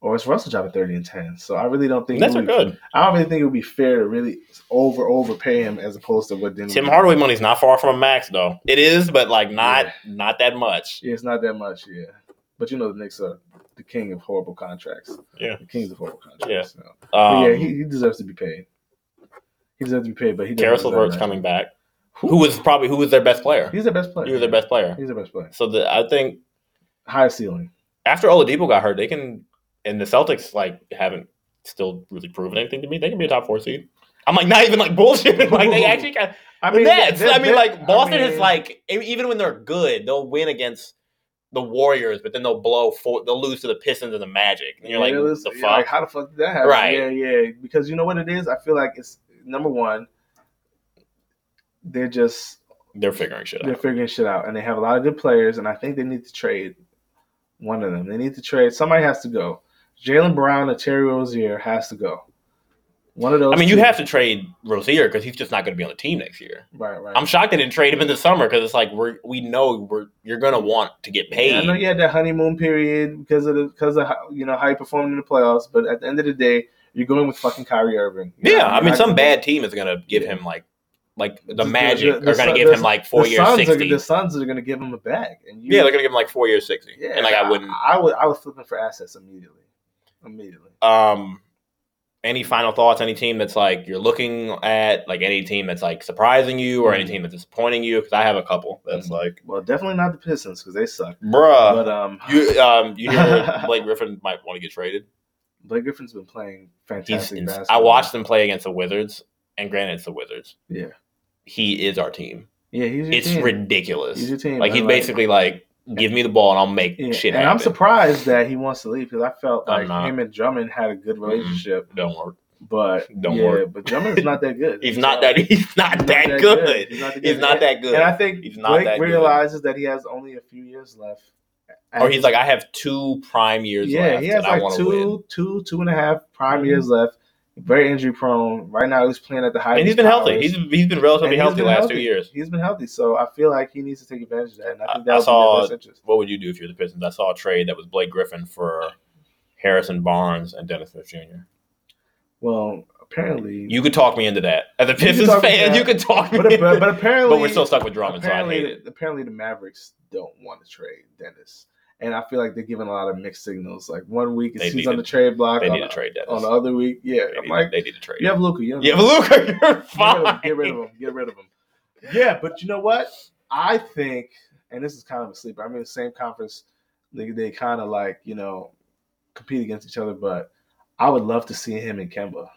Speaker 2: or it's Russell dropping thirty and ten. So I really don't think
Speaker 1: Nets
Speaker 2: it
Speaker 1: are
Speaker 2: would be-
Speaker 1: good.
Speaker 2: I don't really think it would be fair to really over overpay him as opposed to what Dinwiddie.
Speaker 1: Tim Hardaway money's not far from a max though. It is, but like not not that much.
Speaker 2: Yeah, it's not that much. Yeah, but you know the Knicks are the king of horrible contracts.
Speaker 1: Yeah.
Speaker 2: the kings of horrible contracts.
Speaker 1: Yeah.
Speaker 2: so. But
Speaker 1: Um,
Speaker 2: yeah, he, he deserves to be paid. He deserves to be paid, but he
Speaker 1: Karis
Speaker 2: doesn't deserve
Speaker 1: LeVert's
Speaker 2: that.
Speaker 1: coming back. Who was probably who was their best player?
Speaker 2: He's their best player.
Speaker 1: He was their best player.
Speaker 2: He's their best player.
Speaker 1: So the, I think
Speaker 2: High ceiling.
Speaker 1: after Oladipo got hurt, they can and the Celtics like haven't still really proven anything to me. They can be a top four seed. I'm like not even like bullshit. Like they actually got
Speaker 2: I
Speaker 1: I mean, Nets.
Speaker 2: they're-
Speaker 1: I mean,
Speaker 2: they're-
Speaker 1: like Boston
Speaker 2: I mean-
Speaker 1: is like e- even when they're good, they'll win against the Warriors, but then they'll blow four. They'll lose to the Pistons and the Magic. And you're
Speaker 2: Yeah,
Speaker 1: like,
Speaker 2: listen,
Speaker 1: the
Speaker 2: yeah, like,
Speaker 1: fuck?
Speaker 2: how the fuck did that happen?
Speaker 1: Right.
Speaker 2: Yeah, yeah. Because you know what it is? I feel like it's number one, they're just
Speaker 1: They're figuring shit
Speaker 2: they're
Speaker 1: out.
Speaker 2: figuring shit out. And they have a lot of good players, and I think they need to trade one of them. They need to trade somebody has to go. Jalen Brown or Terry Rozier has to go. One of those
Speaker 1: I mean, you
Speaker 2: two-
Speaker 1: have to trade Rozier because he's just not going to be on the team next year.
Speaker 2: Right, right.
Speaker 1: I'm shocked they didn't trade him in the summer because it's like we're we know we're you're going to want to get
Speaker 2: Yeah, I know
Speaker 1: paid.
Speaker 2: you had that honeymoon period because of the, because of how, you know how you performed in the playoffs, but at the end of the day, you're going with fucking Kyrie Irving. You know,
Speaker 1: Yeah, I
Speaker 2: you're
Speaker 1: mean,
Speaker 2: not
Speaker 1: some
Speaker 2: gonna-
Speaker 1: bad team is going to give him like like the Magic are going to give him like four
Speaker 2: the
Speaker 1: years
Speaker 2: Suns Are,
Speaker 1: sixty.
Speaker 2: the Suns are going to give him a bag, and you,
Speaker 1: yeah, they're going to give him like four years sixty. and like I wouldn't.
Speaker 2: I, would, I was flipping for assets immediately, immediately.
Speaker 1: um any final thoughts any team that's like you're looking at like any team that's like surprising you
Speaker 2: Mm.
Speaker 1: or any team that's disappointing you because i have a couple that's like
Speaker 2: Well, definitely not the Pistons because they suck.
Speaker 1: bruh
Speaker 2: Mm. but um,
Speaker 1: you um you hear blake griffin might want to get traded
Speaker 2: Blake Griffin's been playing
Speaker 1: he's
Speaker 2: fantastic.
Speaker 1: ins- i
Speaker 2: basketball.
Speaker 1: watched him play against the wizards and granted it's the wizards
Speaker 2: Yeah.
Speaker 1: he is our team
Speaker 2: Yeah, he's your
Speaker 1: it's
Speaker 2: team.
Speaker 1: ridiculous
Speaker 2: He's your team.
Speaker 1: like
Speaker 2: man,
Speaker 1: he's basically like give me the ball and i'll make
Speaker 2: Yeah,
Speaker 1: shit
Speaker 2: and
Speaker 1: happen
Speaker 2: I'm surprised that he wants to leave because I felt
Speaker 1: I'm
Speaker 2: like
Speaker 1: not.
Speaker 2: him and Drummond had a good relationship,
Speaker 1: don't work
Speaker 2: but
Speaker 1: Don't
Speaker 2: yeah,
Speaker 1: work.
Speaker 2: but Drummond's not that good.
Speaker 1: he's
Speaker 2: So-
Speaker 1: not that he's not,
Speaker 2: He's
Speaker 1: that, good,
Speaker 2: He's not,
Speaker 1: he's not that good
Speaker 2: And I think
Speaker 1: He's not
Speaker 2: Blake
Speaker 1: that good.
Speaker 2: realizes that he has only a few years left.
Speaker 1: or he's like, I have two prime years
Speaker 2: yeah,
Speaker 1: left.
Speaker 2: he has
Speaker 1: and I
Speaker 2: like
Speaker 1: wanna
Speaker 2: two,
Speaker 1: Win. Mm-hmm.
Speaker 2: two, two and a half prime years left. Very injury prone. Right now, he's playing at the high.
Speaker 1: And he's been healthy. He's he's been relatively healthy the last two years.
Speaker 2: He's been healthy, so I feel like he needs to take advantage of that. And I
Speaker 1: I-
Speaker 2: think
Speaker 1: I
Speaker 2: that's
Speaker 1: saw-
Speaker 2: in their best interest.
Speaker 1: What would you do if you're the Pistons? I saw a trade that was Blake Griffin for Harrison Barnes, and Dennis Smith Jr.
Speaker 2: Well, apparently,
Speaker 1: You could talk me into that as a
Speaker 2: could
Speaker 1: Pistons
Speaker 2: talk me
Speaker 1: fan.
Speaker 2: into
Speaker 1: You could talk me,
Speaker 2: but,
Speaker 1: into
Speaker 2: but, but
Speaker 1: it.
Speaker 2: apparently,
Speaker 1: but we're still stuck with Drummond, so I
Speaker 2: apparently,
Speaker 1: hate it.
Speaker 2: apparently the Mavericks don't want to trade Dennis, and I feel like they're giving a lot of mixed signals. Like one week
Speaker 1: They
Speaker 2: it's
Speaker 1: need
Speaker 2: he's on
Speaker 1: to-
Speaker 2: the trade block,
Speaker 1: They
Speaker 2: on
Speaker 1: need to
Speaker 2: the,
Speaker 1: trade Dennis.
Speaker 2: on the other week, yeah.
Speaker 1: they,
Speaker 2: I'm
Speaker 1: need,
Speaker 2: like,
Speaker 1: they need to trade.
Speaker 2: you have Luca, you have
Speaker 1: yeah, but Luca, you're
Speaker 2: Get rid,
Speaker 1: fine.
Speaker 2: of, get rid of him. Get rid of him. Yeah, but you know what? I think, and this is kind of a sleeper. I mean, the same conference, they, they kind of like you know compete against each other. But I would love to see him and Kemba.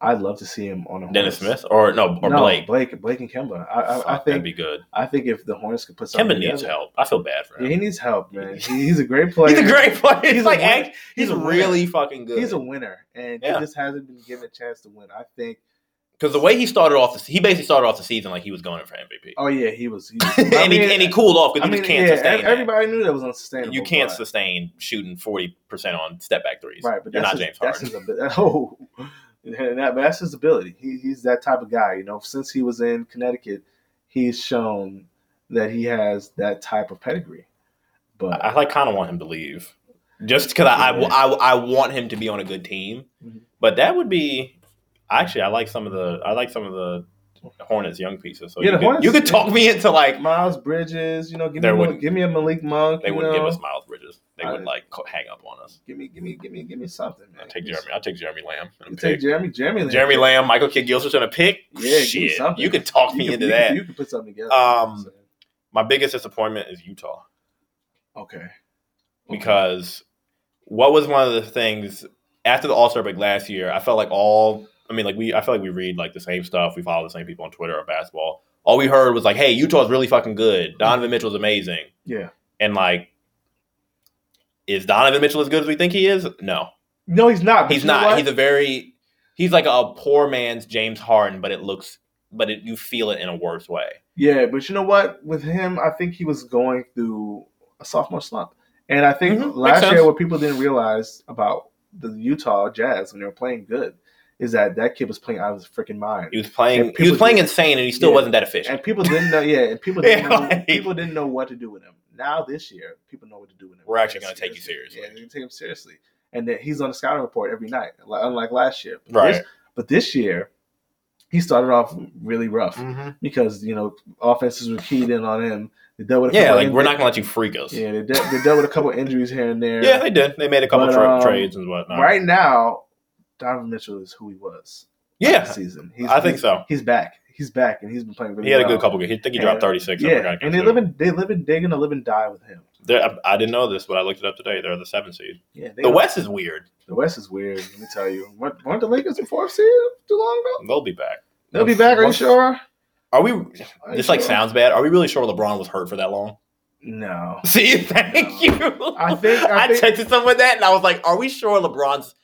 Speaker 2: I'd love to see him on a
Speaker 1: Dennis
Speaker 2: Hornets.
Speaker 1: Smith or no or
Speaker 2: no,
Speaker 1: Blake.
Speaker 2: Blake, Blake and Kemba. I,
Speaker 1: Fuck,
Speaker 2: I, I
Speaker 1: that'd
Speaker 2: think
Speaker 1: be good.
Speaker 2: I think if the Hornets could put something
Speaker 1: Kemba needs
Speaker 2: together-
Speaker 1: help. I feel bad for
Speaker 2: Yeah,
Speaker 1: him.
Speaker 2: he needs help, man. He, he's a great player.
Speaker 1: he's a great player. He's,
Speaker 2: He's a
Speaker 1: like
Speaker 2: winner.
Speaker 1: act- he's,
Speaker 2: He's a winner.
Speaker 1: really fucking good.
Speaker 2: He's a winner, and
Speaker 1: Yeah.
Speaker 2: he just hasn't been given a chance to win. I think.
Speaker 1: Because the way he started off, the, he basically started off the season like he was going in for MVP,
Speaker 2: Oh yeah, he was. He was
Speaker 1: and,
Speaker 2: I
Speaker 1: he,
Speaker 2: mean,
Speaker 1: and he cooled off because
Speaker 2: I
Speaker 1: he
Speaker 2: mean,
Speaker 1: just can't
Speaker 2: yeah,
Speaker 1: sustain.
Speaker 2: ev-
Speaker 1: that.
Speaker 2: everybody knew that was unsustainable.
Speaker 1: You can't
Speaker 2: but,
Speaker 1: sustain shooting forty percent on step back threes.
Speaker 2: right? But
Speaker 1: You're
Speaker 2: that's
Speaker 1: not James
Speaker 2: his, that's
Speaker 1: Harden.
Speaker 2: his abi- oh, And that, but that's his ability. He, he's that type of guy. You know, since he was in Connecticut, he's shown that he has that type of pedigree. But
Speaker 1: I, I like kind of want him to leave, just because I, I, I I want him to be on a good team.
Speaker 2: Mhm.
Speaker 1: But that would be actually I like some of the I like some of the Hornets young pieces. So
Speaker 2: Yeah,
Speaker 1: you,
Speaker 2: the
Speaker 1: could,
Speaker 2: Hornets-
Speaker 1: you could talk me into like
Speaker 2: Miles Bridges, you know, give me
Speaker 1: They
Speaker 2: a Mal-
Speaker 1: wouldn't-
Speaker 2: give me a Malik Monk.
Speaker 1: they
Speaker 2: you
Speaker 1: wouldn't
Speaker 2: know.
Speaker 1: give us Miles Bridges. They would
Speaker 2: I-
Speaker 1: like co- hang up on us.
Speaker 2: Give me, give me, give me, give me something, man.
Speaker 1: I take
Speaker 2: Give me
Speaker 1: Jeremy. I take Jeremy Lamb. and
Speaker 2: some-
Speaker 1: a
Speaker 2: You take
Speaker 1: pick.
Speaker 2: Jeremy, Jeremy, Lin.
Speaker 1: Jeremy Lamb, Michael Kidd Gilchrist in a pick.
Speaker 2: Yeah, give me
Speaker 1: Shit,
Speaker 2: something.
Speaker 1: you could talk
Speaker 2: You
Speaker 1: me
Speaker 2: can-
Speaker 1: into
Speaker 2: you
Speaker 1: that.
Speaker 2: Can, you can put something together.
Speaker 1: Um, My biggest disappointment is Utah.
Speaker 2: okay. Okay.
Speaker 1: because what was one of the things after the All Star break last year? I felt like all I mean, like we I feel like we read like the same stuff. We follow the same people on Twitter or basketball. All we heard was like, "Hey, Utah's really fucking good. Donovan Mitchell's amazing."
Speaker 2: yeah.
Speaker 1: And like, is Donovan Mitchell as good as we think he is? No,
Speaker 2: No, he's not. but
Speaker 1: he's
Speaker 2: you know
Speaker 1: not.
Speaker 2: what?
Speaker 1: He's a very he's like a poor man's James Harden, but it looks but it, you feel it in a worse way.
Speaker 2: Yeah, but you know what? With him, I think he was going through a sophomore slump. And I think
Speaker 1: Mhm, makes
Speaker 2: last
Speaker 1: sense.
Speaker 2: year, what people didn't realize about the Utah Jazz when they were playing good is that that kid was playing out of his freaking mind.
Speaker 1: He was playing
Speaker 2: And
Speaker 1: he was
Speaker 2: people-
Speaker 1: playing insane, and he still
Speaker 2: Yeah.
Speaker 1: wasn't that efficient.
Speaker 2: And people didn't know. Yeah, and people didn't
Speaker 1: Yeah,
Speaker 2: know,
Speaker 1: like-
Speaker 2: people didn't know what to do with him. Now this year, people know what to do with him.
Speaker 1: We're actually gonna take you
Speaker 2: Yeah,
Speaker 1: seriously.
Speaker 2: they're gonna take him seriously. And that he's on the scouting report every night, like- unlike last year. But
Speaker 1: Right.
Speaker 2: This, but this year, he started off really rough
Speaker 1: Mm-hmm.
Speaker 2: because you know offenses were keyed in on him. They dealt with a
Speaker 1: Yeah,
Speaker 2: couple
Speaker 1: like we're
Speaker 2: injuries-
Speaker 1: not gonna let you freak us.
Speaker 2: Yeah, they, de- they dealt with a couple injuries here and there.
Speaker 1: Yeah, they did. They made a couple
Speaker 2: But,
Speaker 1: tra-
Speaker 2: um,
Speaker 1: trades and whatnot.
Speaker 2: right now, Donovan Mitchell is who he was.
Speaker 1: Yeah,
Speaker 2: this season. He's,
Speaker 1: I think
Speaker 2: he's-
Speaker 1: so.
Speaker 2: He's back. He's back, and he's been playing really.
Speaker 1: He had a
Speaker 2: well.
Speaker 1: good couple. games. He think he dropped
Speaker 2: And-
Speaker 1: thirty six.
Speaker 2: Yeah, and they live in they live in they're gonna live and die with him.
Speaker 1: I, I didn't know this, but I looked it up today. They're the seventh seed.
Speaker 2: Yeah, they
Speaker 1: The West is weird.
Speaker 2: The West is weird. Let me tell you, weren't, weren't the Lakers in fourth seed too long ago?
Speaker 1: They'll be back.
Speaker 2: They'll be back. Are you
Speaker 1: Once-
Speaker 2: sure?
Speaker 1: Are we?
Speaker 2: Are you
Speaker 1: This like
Speaker 2: sure?
Speaker 1: sounds bad. Are we really sure LeBron was hurt for that long?
Speaker 2: No,
Speaker 1: See, thank you.
Speaker 2: I think- I
Speaker 1: I,
Speaker 2: think-
Speaker 1: texted someone that, and I was like, "Are we sure LeBron's?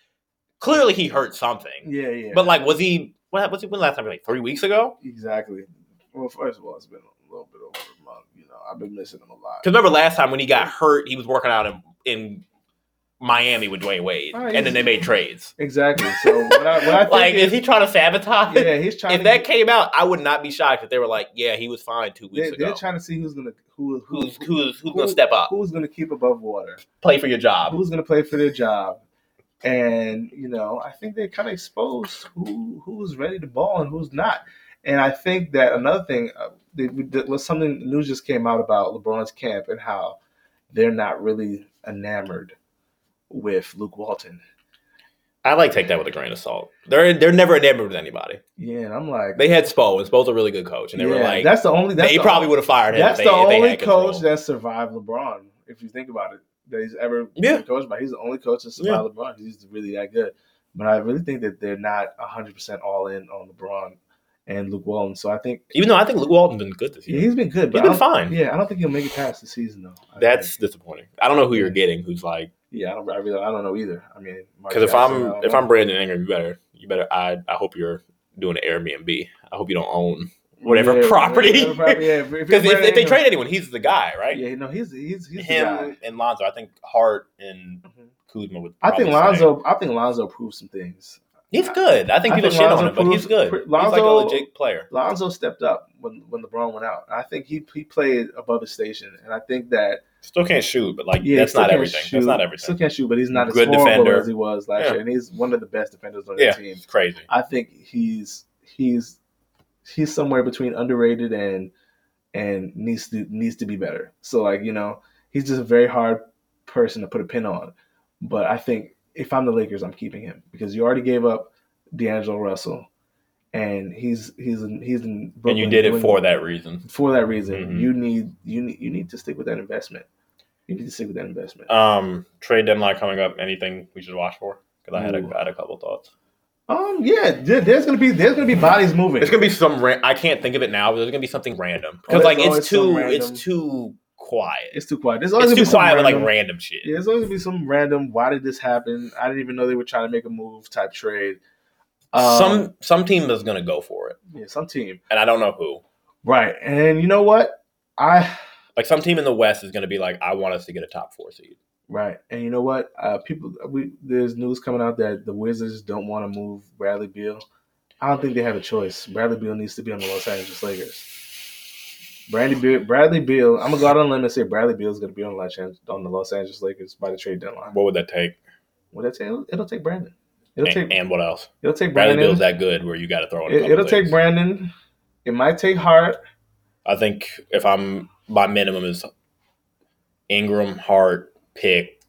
Speaker 1: Clearly, he hurt something.
Speaker 2: yeah, yeah,
Speaker 1: But like, was he? What was he? When last time? Like three weeks ago?
Speaker 2: exactly. Well, first of all, it's been a little bit over a month. You know, I've been missing him a lot.
Speaker 1: Because remember last time when he got hurt, he was working out in, in Miami with Dwayne Wade,
Speaker 2: Right.
Speaker 1: and then they made trades.
Speaker 2: Exactly. So when Oh, I, when I think
Speaker 1: Like,
Speaker 2: is-
Speaker 1: is he trying to sabotage?
Speaker 2: yeah, he's trying.
Speaker 1: if
Speaker 2: to
Speaker 1: that came out, I would not be shocked if they were like, "Yeah, he was fine two weeks
Speaker 2: they, they're
Speaker 1: ago."
Speaker 2: trying to see who's gonna who
Speaker 1: Who's
Speaker 2: who's
Speaker 1: who's who's
Speaker 2: who-
Speaker 1: gonna step up,
Speaker 2: who's gonna keep above water,
Speaker 1: play for your job?
Speaker 2: who's gonna play for their job, and you know, I think they kind of exposed who who's ready to ball and who's not. And I think that another thing uh, they, that was something the news just came out about LeBron's camp and how they're not really enamored with Luke Walton.
Speaker 1: I like take that with a grain of salt. They're they're never enamored with anybody.
Speaker 2: Yeah, and I'm like,
Speaker 1: They had Spo, and Spo's a really good coach, and they were
Speaker 2: yeah,
Speaker 1: like,
Speaker 2: that's the only that's
Speaker 1: they
Speaker 2: the
Speaker 1: probably would have fired him.
Speaker 2: That's
Speaker 1: if they,
Speaker 2: the
Speaker 1: if they
Speaker 2: only
Speaker 1: had control.
Speaker 2: coach that survived LeBron. If you think about it, that he's ever
Speaker 1: Yeah.
Speaker 2: been coached by. He's the only coach that survived LeBron. He's really that good. But I really think that they're not 100 percent all in on LeBron and Luke Walton. So I think
Speaker 1: Even though I think Luke Walton's been good this
Speaker 2: yeah,
Speaker 1: year,
Speaker 2: he's been good.
Speaker 1: he's
Speaker 2: But I
Speaker 1: been
Speaker 2: don't-
Speaker 1: fine.
Speaker 2: Yeah, I don't think he'll make it past the season though. I
Speaker 1: That's
Speaker 2: think-
Speaker 1: disappointing. I don't know who you're getting. Who's like.
Speaker 2: yeah. I don't. I really. I don't know either. I mean, Mark
Speaker 1: Because if
Speaker 2: Jackson, I
Speaker 1: I'm
Speaker 2: don't
Speaker 1: if
Speaker 2: know.
Speaker 1: I'm Brandon Ingram, you better you better I I hope you're doing an Airbnb. I hope you don't own whatever property.
Speaker 2: whatever property, yeah. If, if
Speaker 1: because if,
Speaker 2: Brandon
Speaker 1: if they
Speaker 2: Ingram-
Speaker 1: trade anyone, he's the guy, right?
Speaker 2: yeah, no, he's he's he's the
Speaker 1: Him and Lonzo. I think Hart and
Speaker 2: guy.
Speaker 1: Kuzma would.
Speaker 2: I think
Speaker 1: probably stay.
Speaker 2: Lonzo. I think Lonzo proved some things.
Speaker 1: He's good. I think
Speaker 2: I
Speaker 1: people
Speaker 2: think
Speaker 1: shit
Speaker 2: Lonzo
Speaker 1: on him, but he's good.
Speaker 2: proved-
Speaker 1: he's like a
Speaker 2: Lonzo-
Speaker 1: legit player.
Speaker 2: Lonzo stepped up when when LeBron went out. I think he he played above his station, and I think that
Speaker 1: Still can't shoot, but like
Speaker 2: yeah,
Speaker 1: that's
Speaker 2: he still
Speaker 1: not
Speaker 2: can't
Speaker 1: everything.
Speaker 2: shoot-
Speaker 1: That's not
Speaker 2: Still
Speaker 1: everything.
Speaker 2: can't shoot, but he's not
Speaker 1: Good
Speaker 2: as horrible
Speaker 1: defender.
Speaker 2: as he was last
Speaker 1: Yeah.
Speaker 2: year, and he's one of the best defenders on
Speaker 1: Yeah,
Speaker 2: the team.
Speaker 1: it's crazy.
Speaker 2: I think he's he's he's somewhere between underrated and and needs to needs to be better. So like you know, he's just a very hard person to put a pin on. But I think if I'm the Lakers, I'm keeping him because you already gave up D'Angelo Russell, and he's he's in, he's in
Speaker 1: And you
Speaker 2: Brooklyn
Speaker 1: did it
Speaker 2: doing-
Speaker 1: for that reason.
Speaker 2: for that reason.
Speaker 1: Mhm.
Speaker 2: You need you need you need to stick with that investment. You need to stick with that investment.
Speaker 1: Um, trade deadline coming up. Anything we should watch for? Because I had
Speaker 2: Ooh.
Speaker 1: a, I had a couple thoughts.
Speaker 2: Um, yeah, there- there's gonna be there's gonna be bodies moving.
Speaker 1: It's gonna be some. Ra- I can't think of it now, but there's gonna be something random
Speaker 2: Oh,
Speaker 1: because
Speaker 2: there's
Speaker 1: like
Speaker 2: always
Speaker 1: it's
Speaker 2: some
Speaker 1: too.
Speaker 2: random-
Speaker 1: It's too quiet.
Speaker 2: It's too quiet. There's
Speaker 1: It's
Speaker 2: always gonna
Speaker 1: too
Speaker 2: be some
Speaker 1: quiet with like
Speaker 2: random-
Speaker 1: random shit.
Speaker 2: Yeah, there's always gonna be some random. Why did this happen? I didn't even know they were trying to make a move type trade. Um,
Speaker 1: some some team is gonna go for it,
Speaker 2: yeah, some team,
Speaker 1: and I don't know who.
Speaker 2: right? And you know what? I
Speaker 1: Like some team in the West is gonna be like, I want us to get a top four seed.
Speaker 2: right. And you know what? Uh, people, we there's news coming out that the Wizards don't want to move Bradley Beal. I don't think they have a choice. Bradley Beal needs to be on the Los Angeles Lakers. Bradley Beal, Bradley Beal. I'm gonna go out on a limb and say Bradley Beal is gonna be on the Los Angeles, on the Los Angeles Lakers by the trade deadline.
Speaker 1: What would that take?
Speaker 2: What that take? It'll take Brandon. It'll
Speaker 1: And,
Speaker 2: take.
Speaker 1: and what else?
Speaker 2: It'll take
Speaker 1: Bradley
Speaker 2: Brandon.
Speaker 1: Bill's that good where you got to throw in. A
Speaker 2: It,
Speaker 1: couple
Speaker 2: it'll take
Speaker 1: things.
Speaker 2: Brandon. It might take Hart.
Speaker 1: I think if I'm my minimum is Ingram, Hart, pick.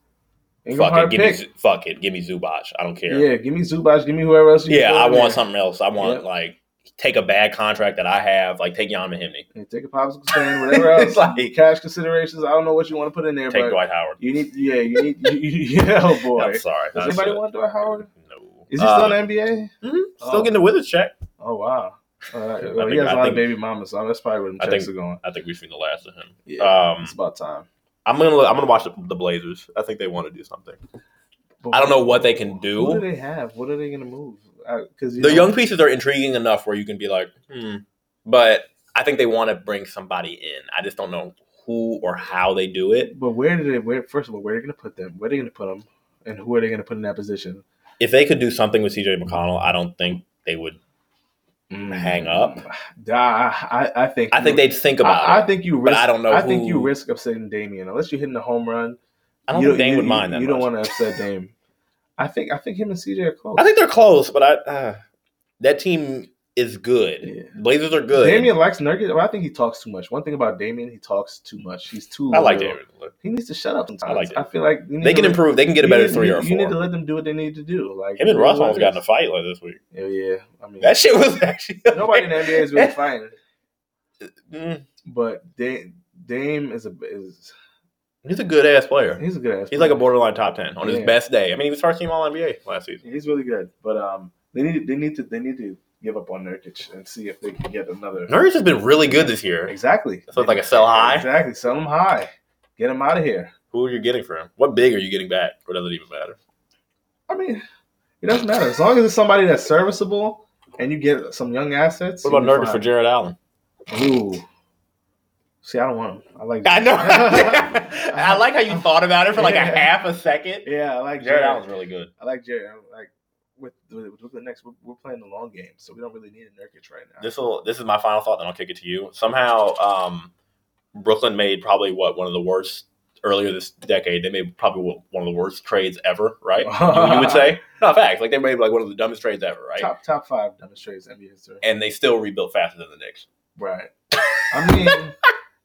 Speaker 2: Ingram
Speaker 1: fuck
Speaker 2: Hart
Speaker 1: it, give
Speaker 2: pick.
Speaker 1: me Z- fuck it, give me Zubac. I don't care.
Speaker 2: Yeah, give me Zubac. Give me whoever else. You
Speaker 1: Yeah,
Speaker 2: can
Speaker 1: I
Speaker 2: throw in
Speaker 1: want
Speaker 2: there.
Speaker 1: something else. I want like take a bad contract that I have, like take Yamahimi,
Speaker 2: And take a popsicle stand, whatever else.
Speaker 1: It's like-
Speaker 2: cash considerations. I don't know what you want to put in there,
Speaker 1: take
Speaker 2: but
Speaker 1: Dwight Howard.
Speaker 2: you need. Yeah, you need. You, you, yeah, oh boy.
Speaker 1: I'm sorry.
Speaker 2: Does anybody want Dwight Howard?
Speaker 1: No.
Speaker 2: Is he
Speaker 1: Uh,
Speaker 2: still in the NBA?
Speaker 1: mhm,
Speaker 2: Oh.
Speaker 1: still getting the Wizards check?
Speaker 2: Oh wow. All right. Well, he
Speaker 1: think-
Speaker 2: has
Speaker 1: I
Speaker 2: a lot of
Speaker 1: think-
Speaker 2: baby mamas, so that's probably where the
Speaker 1: I
Speaker 2: checks
Speaker 1: think-
Speaker 2: are going.
Speaker 1: I think we've seen the last of him.
Speaker 2: Yeah,
Speaker 1: Um,
Speaker 2: it's about time.
Speaker 1: I'm gonna I'm gonna watch the, the Blazers. I think they want to do something.
Speaker 2: But
Speaker 1: I don't know what they can do.
Speaker 2: What do they have? What are they going to move? Uh, Because
Speaker 1: The young pieces are intriguing enough where you can be like, hmm. But I think they want to bring somebody in. I just don't know who or how they do it.
Speaker 2: But where did they? Where first of all, where are they going to put them? Where are they going to put them? And who are they going to put in that position?
Speaker 1: If they could do something with CJ McConnell, I don't think they would. Mm. Hang up?
Speaker 2: Nah, I, I, I think.
Speaker 1: I think they'd think
Speaker 2: I,
Speaker 1: about
Speaker 2: I
Speaker 1: it.
Speaker 2: think you
Speaker 1: But
Speaker 2: risk.
Speaker 1: I don't know.
Speaker 2: I think
Speaker 1: who-
Speaker 2: you risk upsetting Damian unless you're hitting a home run.
Speaker 1: I don't
Speaker 2: you
Speaker 1: think Dame would
Speaker 2: you-
Speaker 1: mind that.
Speaker 2: You don't
Speaker 1: much.
Speaker 2: want to upset Dame. I think. I think him and CJ are close.
Speaker 1: I think they're close, but I uh, that team is good.
Speaker 2: Yeah.
Speaker 1: Blazers are good.
Speaker 2: Damian likes Nurkic. but I think he talks too much. One thing about Damian, he talks too much. He's too.
Speaker 1: I like
Speaker 2: loyal.
Speaker 1: Damian. Lillard.
Speaker 2: He needs to shut up sometimes. I,
Speaker 1: I like Damian.
Speaker 2: feel like you need
Speaker 1: They
Speaker 2: to
Speaker 1: can
Speaker 2: let-
Speaker 1: improve. They can get a
Speaker 2: you
Speaker 1: better
Speaker 2: need-
Speaker 1: three
Speaker 2: you,
Speaker 1: or
Speaker 2: You need
Speaker 1: four.
Speaker 2: to let them do what they need to do. Like
Speaker 1: Him and Russ
Speaker 2: Russell
Speaker 1: almost got in a fight like this week.
Speaker 2: Yeah, yeah. I mean,
Speaker 1: That shit was actually
Speaker 2: nobody in the NBA is really fighting.
Speaker 1: Mm,
Speaker 2: But Dame, Dame is a is
Speaker 1: he's a good ass player.
Speaker 2: he's a good ass.
Speaker 1: He's like a
Speaker 2: player.
Speaker 1: borderline top ten on
Speaker 2: Yeah.
Speaker 1: his best day. I mean, he was first team All NBA last season.
Speaker 2: He's really good. But um, they need they need to they need to give up on Nurkic and see if they can get another.
Speaker 1: Nurkic has been really good this year.
Speaker 2: Exactly.
Speaker 1: So it's like a sell high.
Speaker 2: Exactly. Sell him high. Get him out of here.
Speaker 1: Who are you getting for him? What big are you getting back? Or does it even matter?
Speaker 2: I mean, it doesn't matter as long as it's somebody that's serviceable and you get some young assets.
Speaker 1: What about
Speaker 2: you'll be
Speaker 1: Nurkic for
Speaker 2: fine.
Speaker 1: Jared Allen?
Speaker 2: Ooh. See, I don't want him. I like.
Speaker 1: I know. I like how you thought about it for like a
Speaker 2: Yeah.
Speaker 1: half a second.
Speaker 2: yeah, I like
Speaker 1: Jared
Speaker 2: Jared.
Speaker 1: Allen's really good.
Speaker 2: I like Jerry. I'm like with with, with the next, we're, we're playing the long game, so we don't really need a Nurkic right now.
Speaker 1: This will. This is my final thought. Then I'll kick it to you. Somehow, um, Brooklyn made probably what one of the worst earlier this decade. They made probably one of the worst trades ever. Right? you, you would say no facts. Like they made like one of the dumbest trades ever. Right?
Speaker 2: top top five demonstrates NBA history.
Speaker 1: And they still rebuilt faster than the Knicks.
Speaker 2: Right. I mean,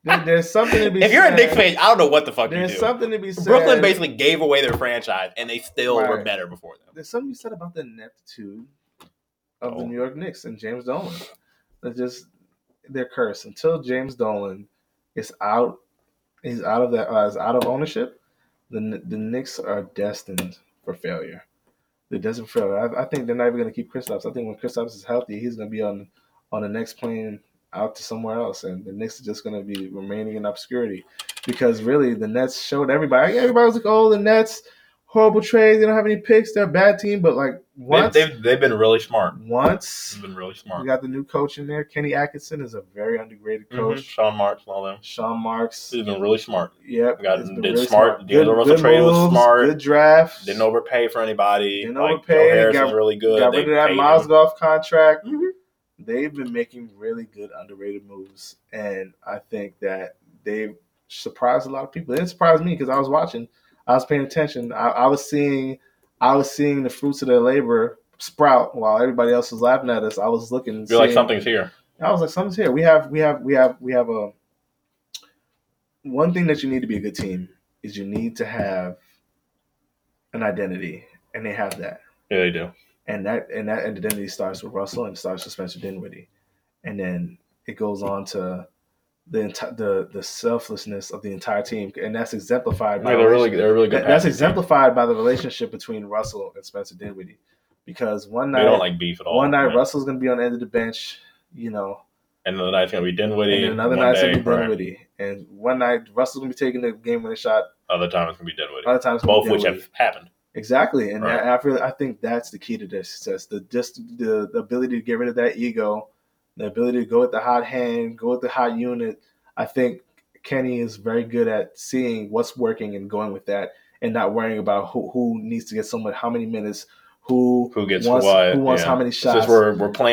Speaker 2: there- there's something to be.
Speaker 1: If you're a
Speaker 2: said-
Speaker 1: Knicks fan, I don't know what the fuck you
Speaker 2: there's
Speaker 1: do.
Speaker 2: something to be said.
Speaker 1: Brooklyn basically gave away their franchise, and they still were
Speaker 2: Right.
Speaker 1: better before them.
Speaker 2: There's something to be said about the ineptitude of the
Speaker 1: Oh.
Speaker 2: New York Knicks and James Dolan. They're just they're cursed until James Dolan is out. He's out of that. Uh, is out of ownership. The Kn- the Knicks are destined for failure. They're destined for failure. I, I think they're not even going to keep Kristaps. I think when Kristaps is healthy, he's going to be on on the next plane out to somewhere else, and the Knicks are just going to be remaining in obscurity because really the Nets showed everybody. Everybody was like, "Oh, the Nets, horrible trades. They don't have any picks. They're a bad team." But like Once,
Speaker 1: They, have they've been really smart.
Speaker 2: once
Speaker 1: They've been really
Speaker 2: we
Speaker 1: smart.
Speaker 2: got the new coach in there, Kenny Atkinson is a very underrated
Speaker 1: Mhm.
Speaker 2: coach.
Speaker 1: Sean Marks and all them.
Speaker 2: Sean Marks,
Speaker 1: He's been really smart.
Speaker 2: yep,
Speaker 1: We got-
Speaker 2: it's been
Speaker 1: did
Speaker 2: really
Speaker 1: smart. D'Angelo Russell trade was smart.
Speaker 2: Good draft.
Speaker 1: Didn't overpay for anybody.
Speaker 2: Didn't
Speaker 1: like,
Speaker 2: overpay.
Speaker 1: Joe Harris
Speaker 2: Got-
Speaker 1: is really good.
Speaker 2: Got
Speaker 1: They
Speaker 2: rid of that
Speaker 1: paid him.
Speaker 2: Mozgov contract.
Speaker 1: Mhm.
Speaker 2: They've been making really good underrated moves, and I think that they surprised a lot of people. It didn't surprise me because I was watching, I was paying attention, I, I was seeing, I was seeing the fruits of their labor sprout while everybody else was laughing at us. I was looking, and
Speaker 1: You're like
Speaker 2: seeing-
Speaker 1: something's here.
Speaker 2: I was like, something's here. We have, we have, we have, we have a one thing that you need to be a good team is you need to have an identity, and they have that
Speaker 1: Yeah, they do.
Speaker 2: and that and that identity starts with Russell and starts with Spencer Dinwiddie, and then it goes on to the enti- the the selflessness of the entire team, and that's exemplified by
Speaker 1: Yeah, they're really they're really good.
Speaker 2: that- that's
Speaker 1: passing team.
Speaker 2: exemplified by the relationship between Russell and Spencer Dinwiddie, because one
Speaker 1: They
Speaker 2: night
Speaker 1: don't like beef at all.
Speaker 2: one night
Speaker 1: Right.
Speaker 2: Russell's gonna be on the end of the bench, you know,
Speaker 1: and another night's gonna be Dinwiddie.
Speaker 2: and then another
Speaker 1: one
Speaker 2: night's
Speaker 1: day,
Speaker 2: gonna be
Speaker 1: right.
Speaker 2: Dinwiddie, and one night Russell's gonna be taking the game winning shot,
Speaker 1: Other time it's gonna be Dinwiddie.
Speaker 2: other times
Speaker 1: Both which have happened.
Speaker 2: Exactly, and
Speaker 1: Right.
Speaker 2: I, I feel I think that's the key to their success. The just the, the ability to get rid of that ego, the ability to go with the hot hand, go with the hot unit. I think Kenny is very good at seeing what's working and going with that, and not worrying about who who needs to get someone how many minutes, who
Speaker 1: Who gets
Speaker 2: wants,
Speaker 1: what?
Speaker 2: who wants
Speaker 1: yeah.
Speaker 2: how many
Speaker 1: It's just
Speaker 2: shots.
Speaker 1: we're we're playing.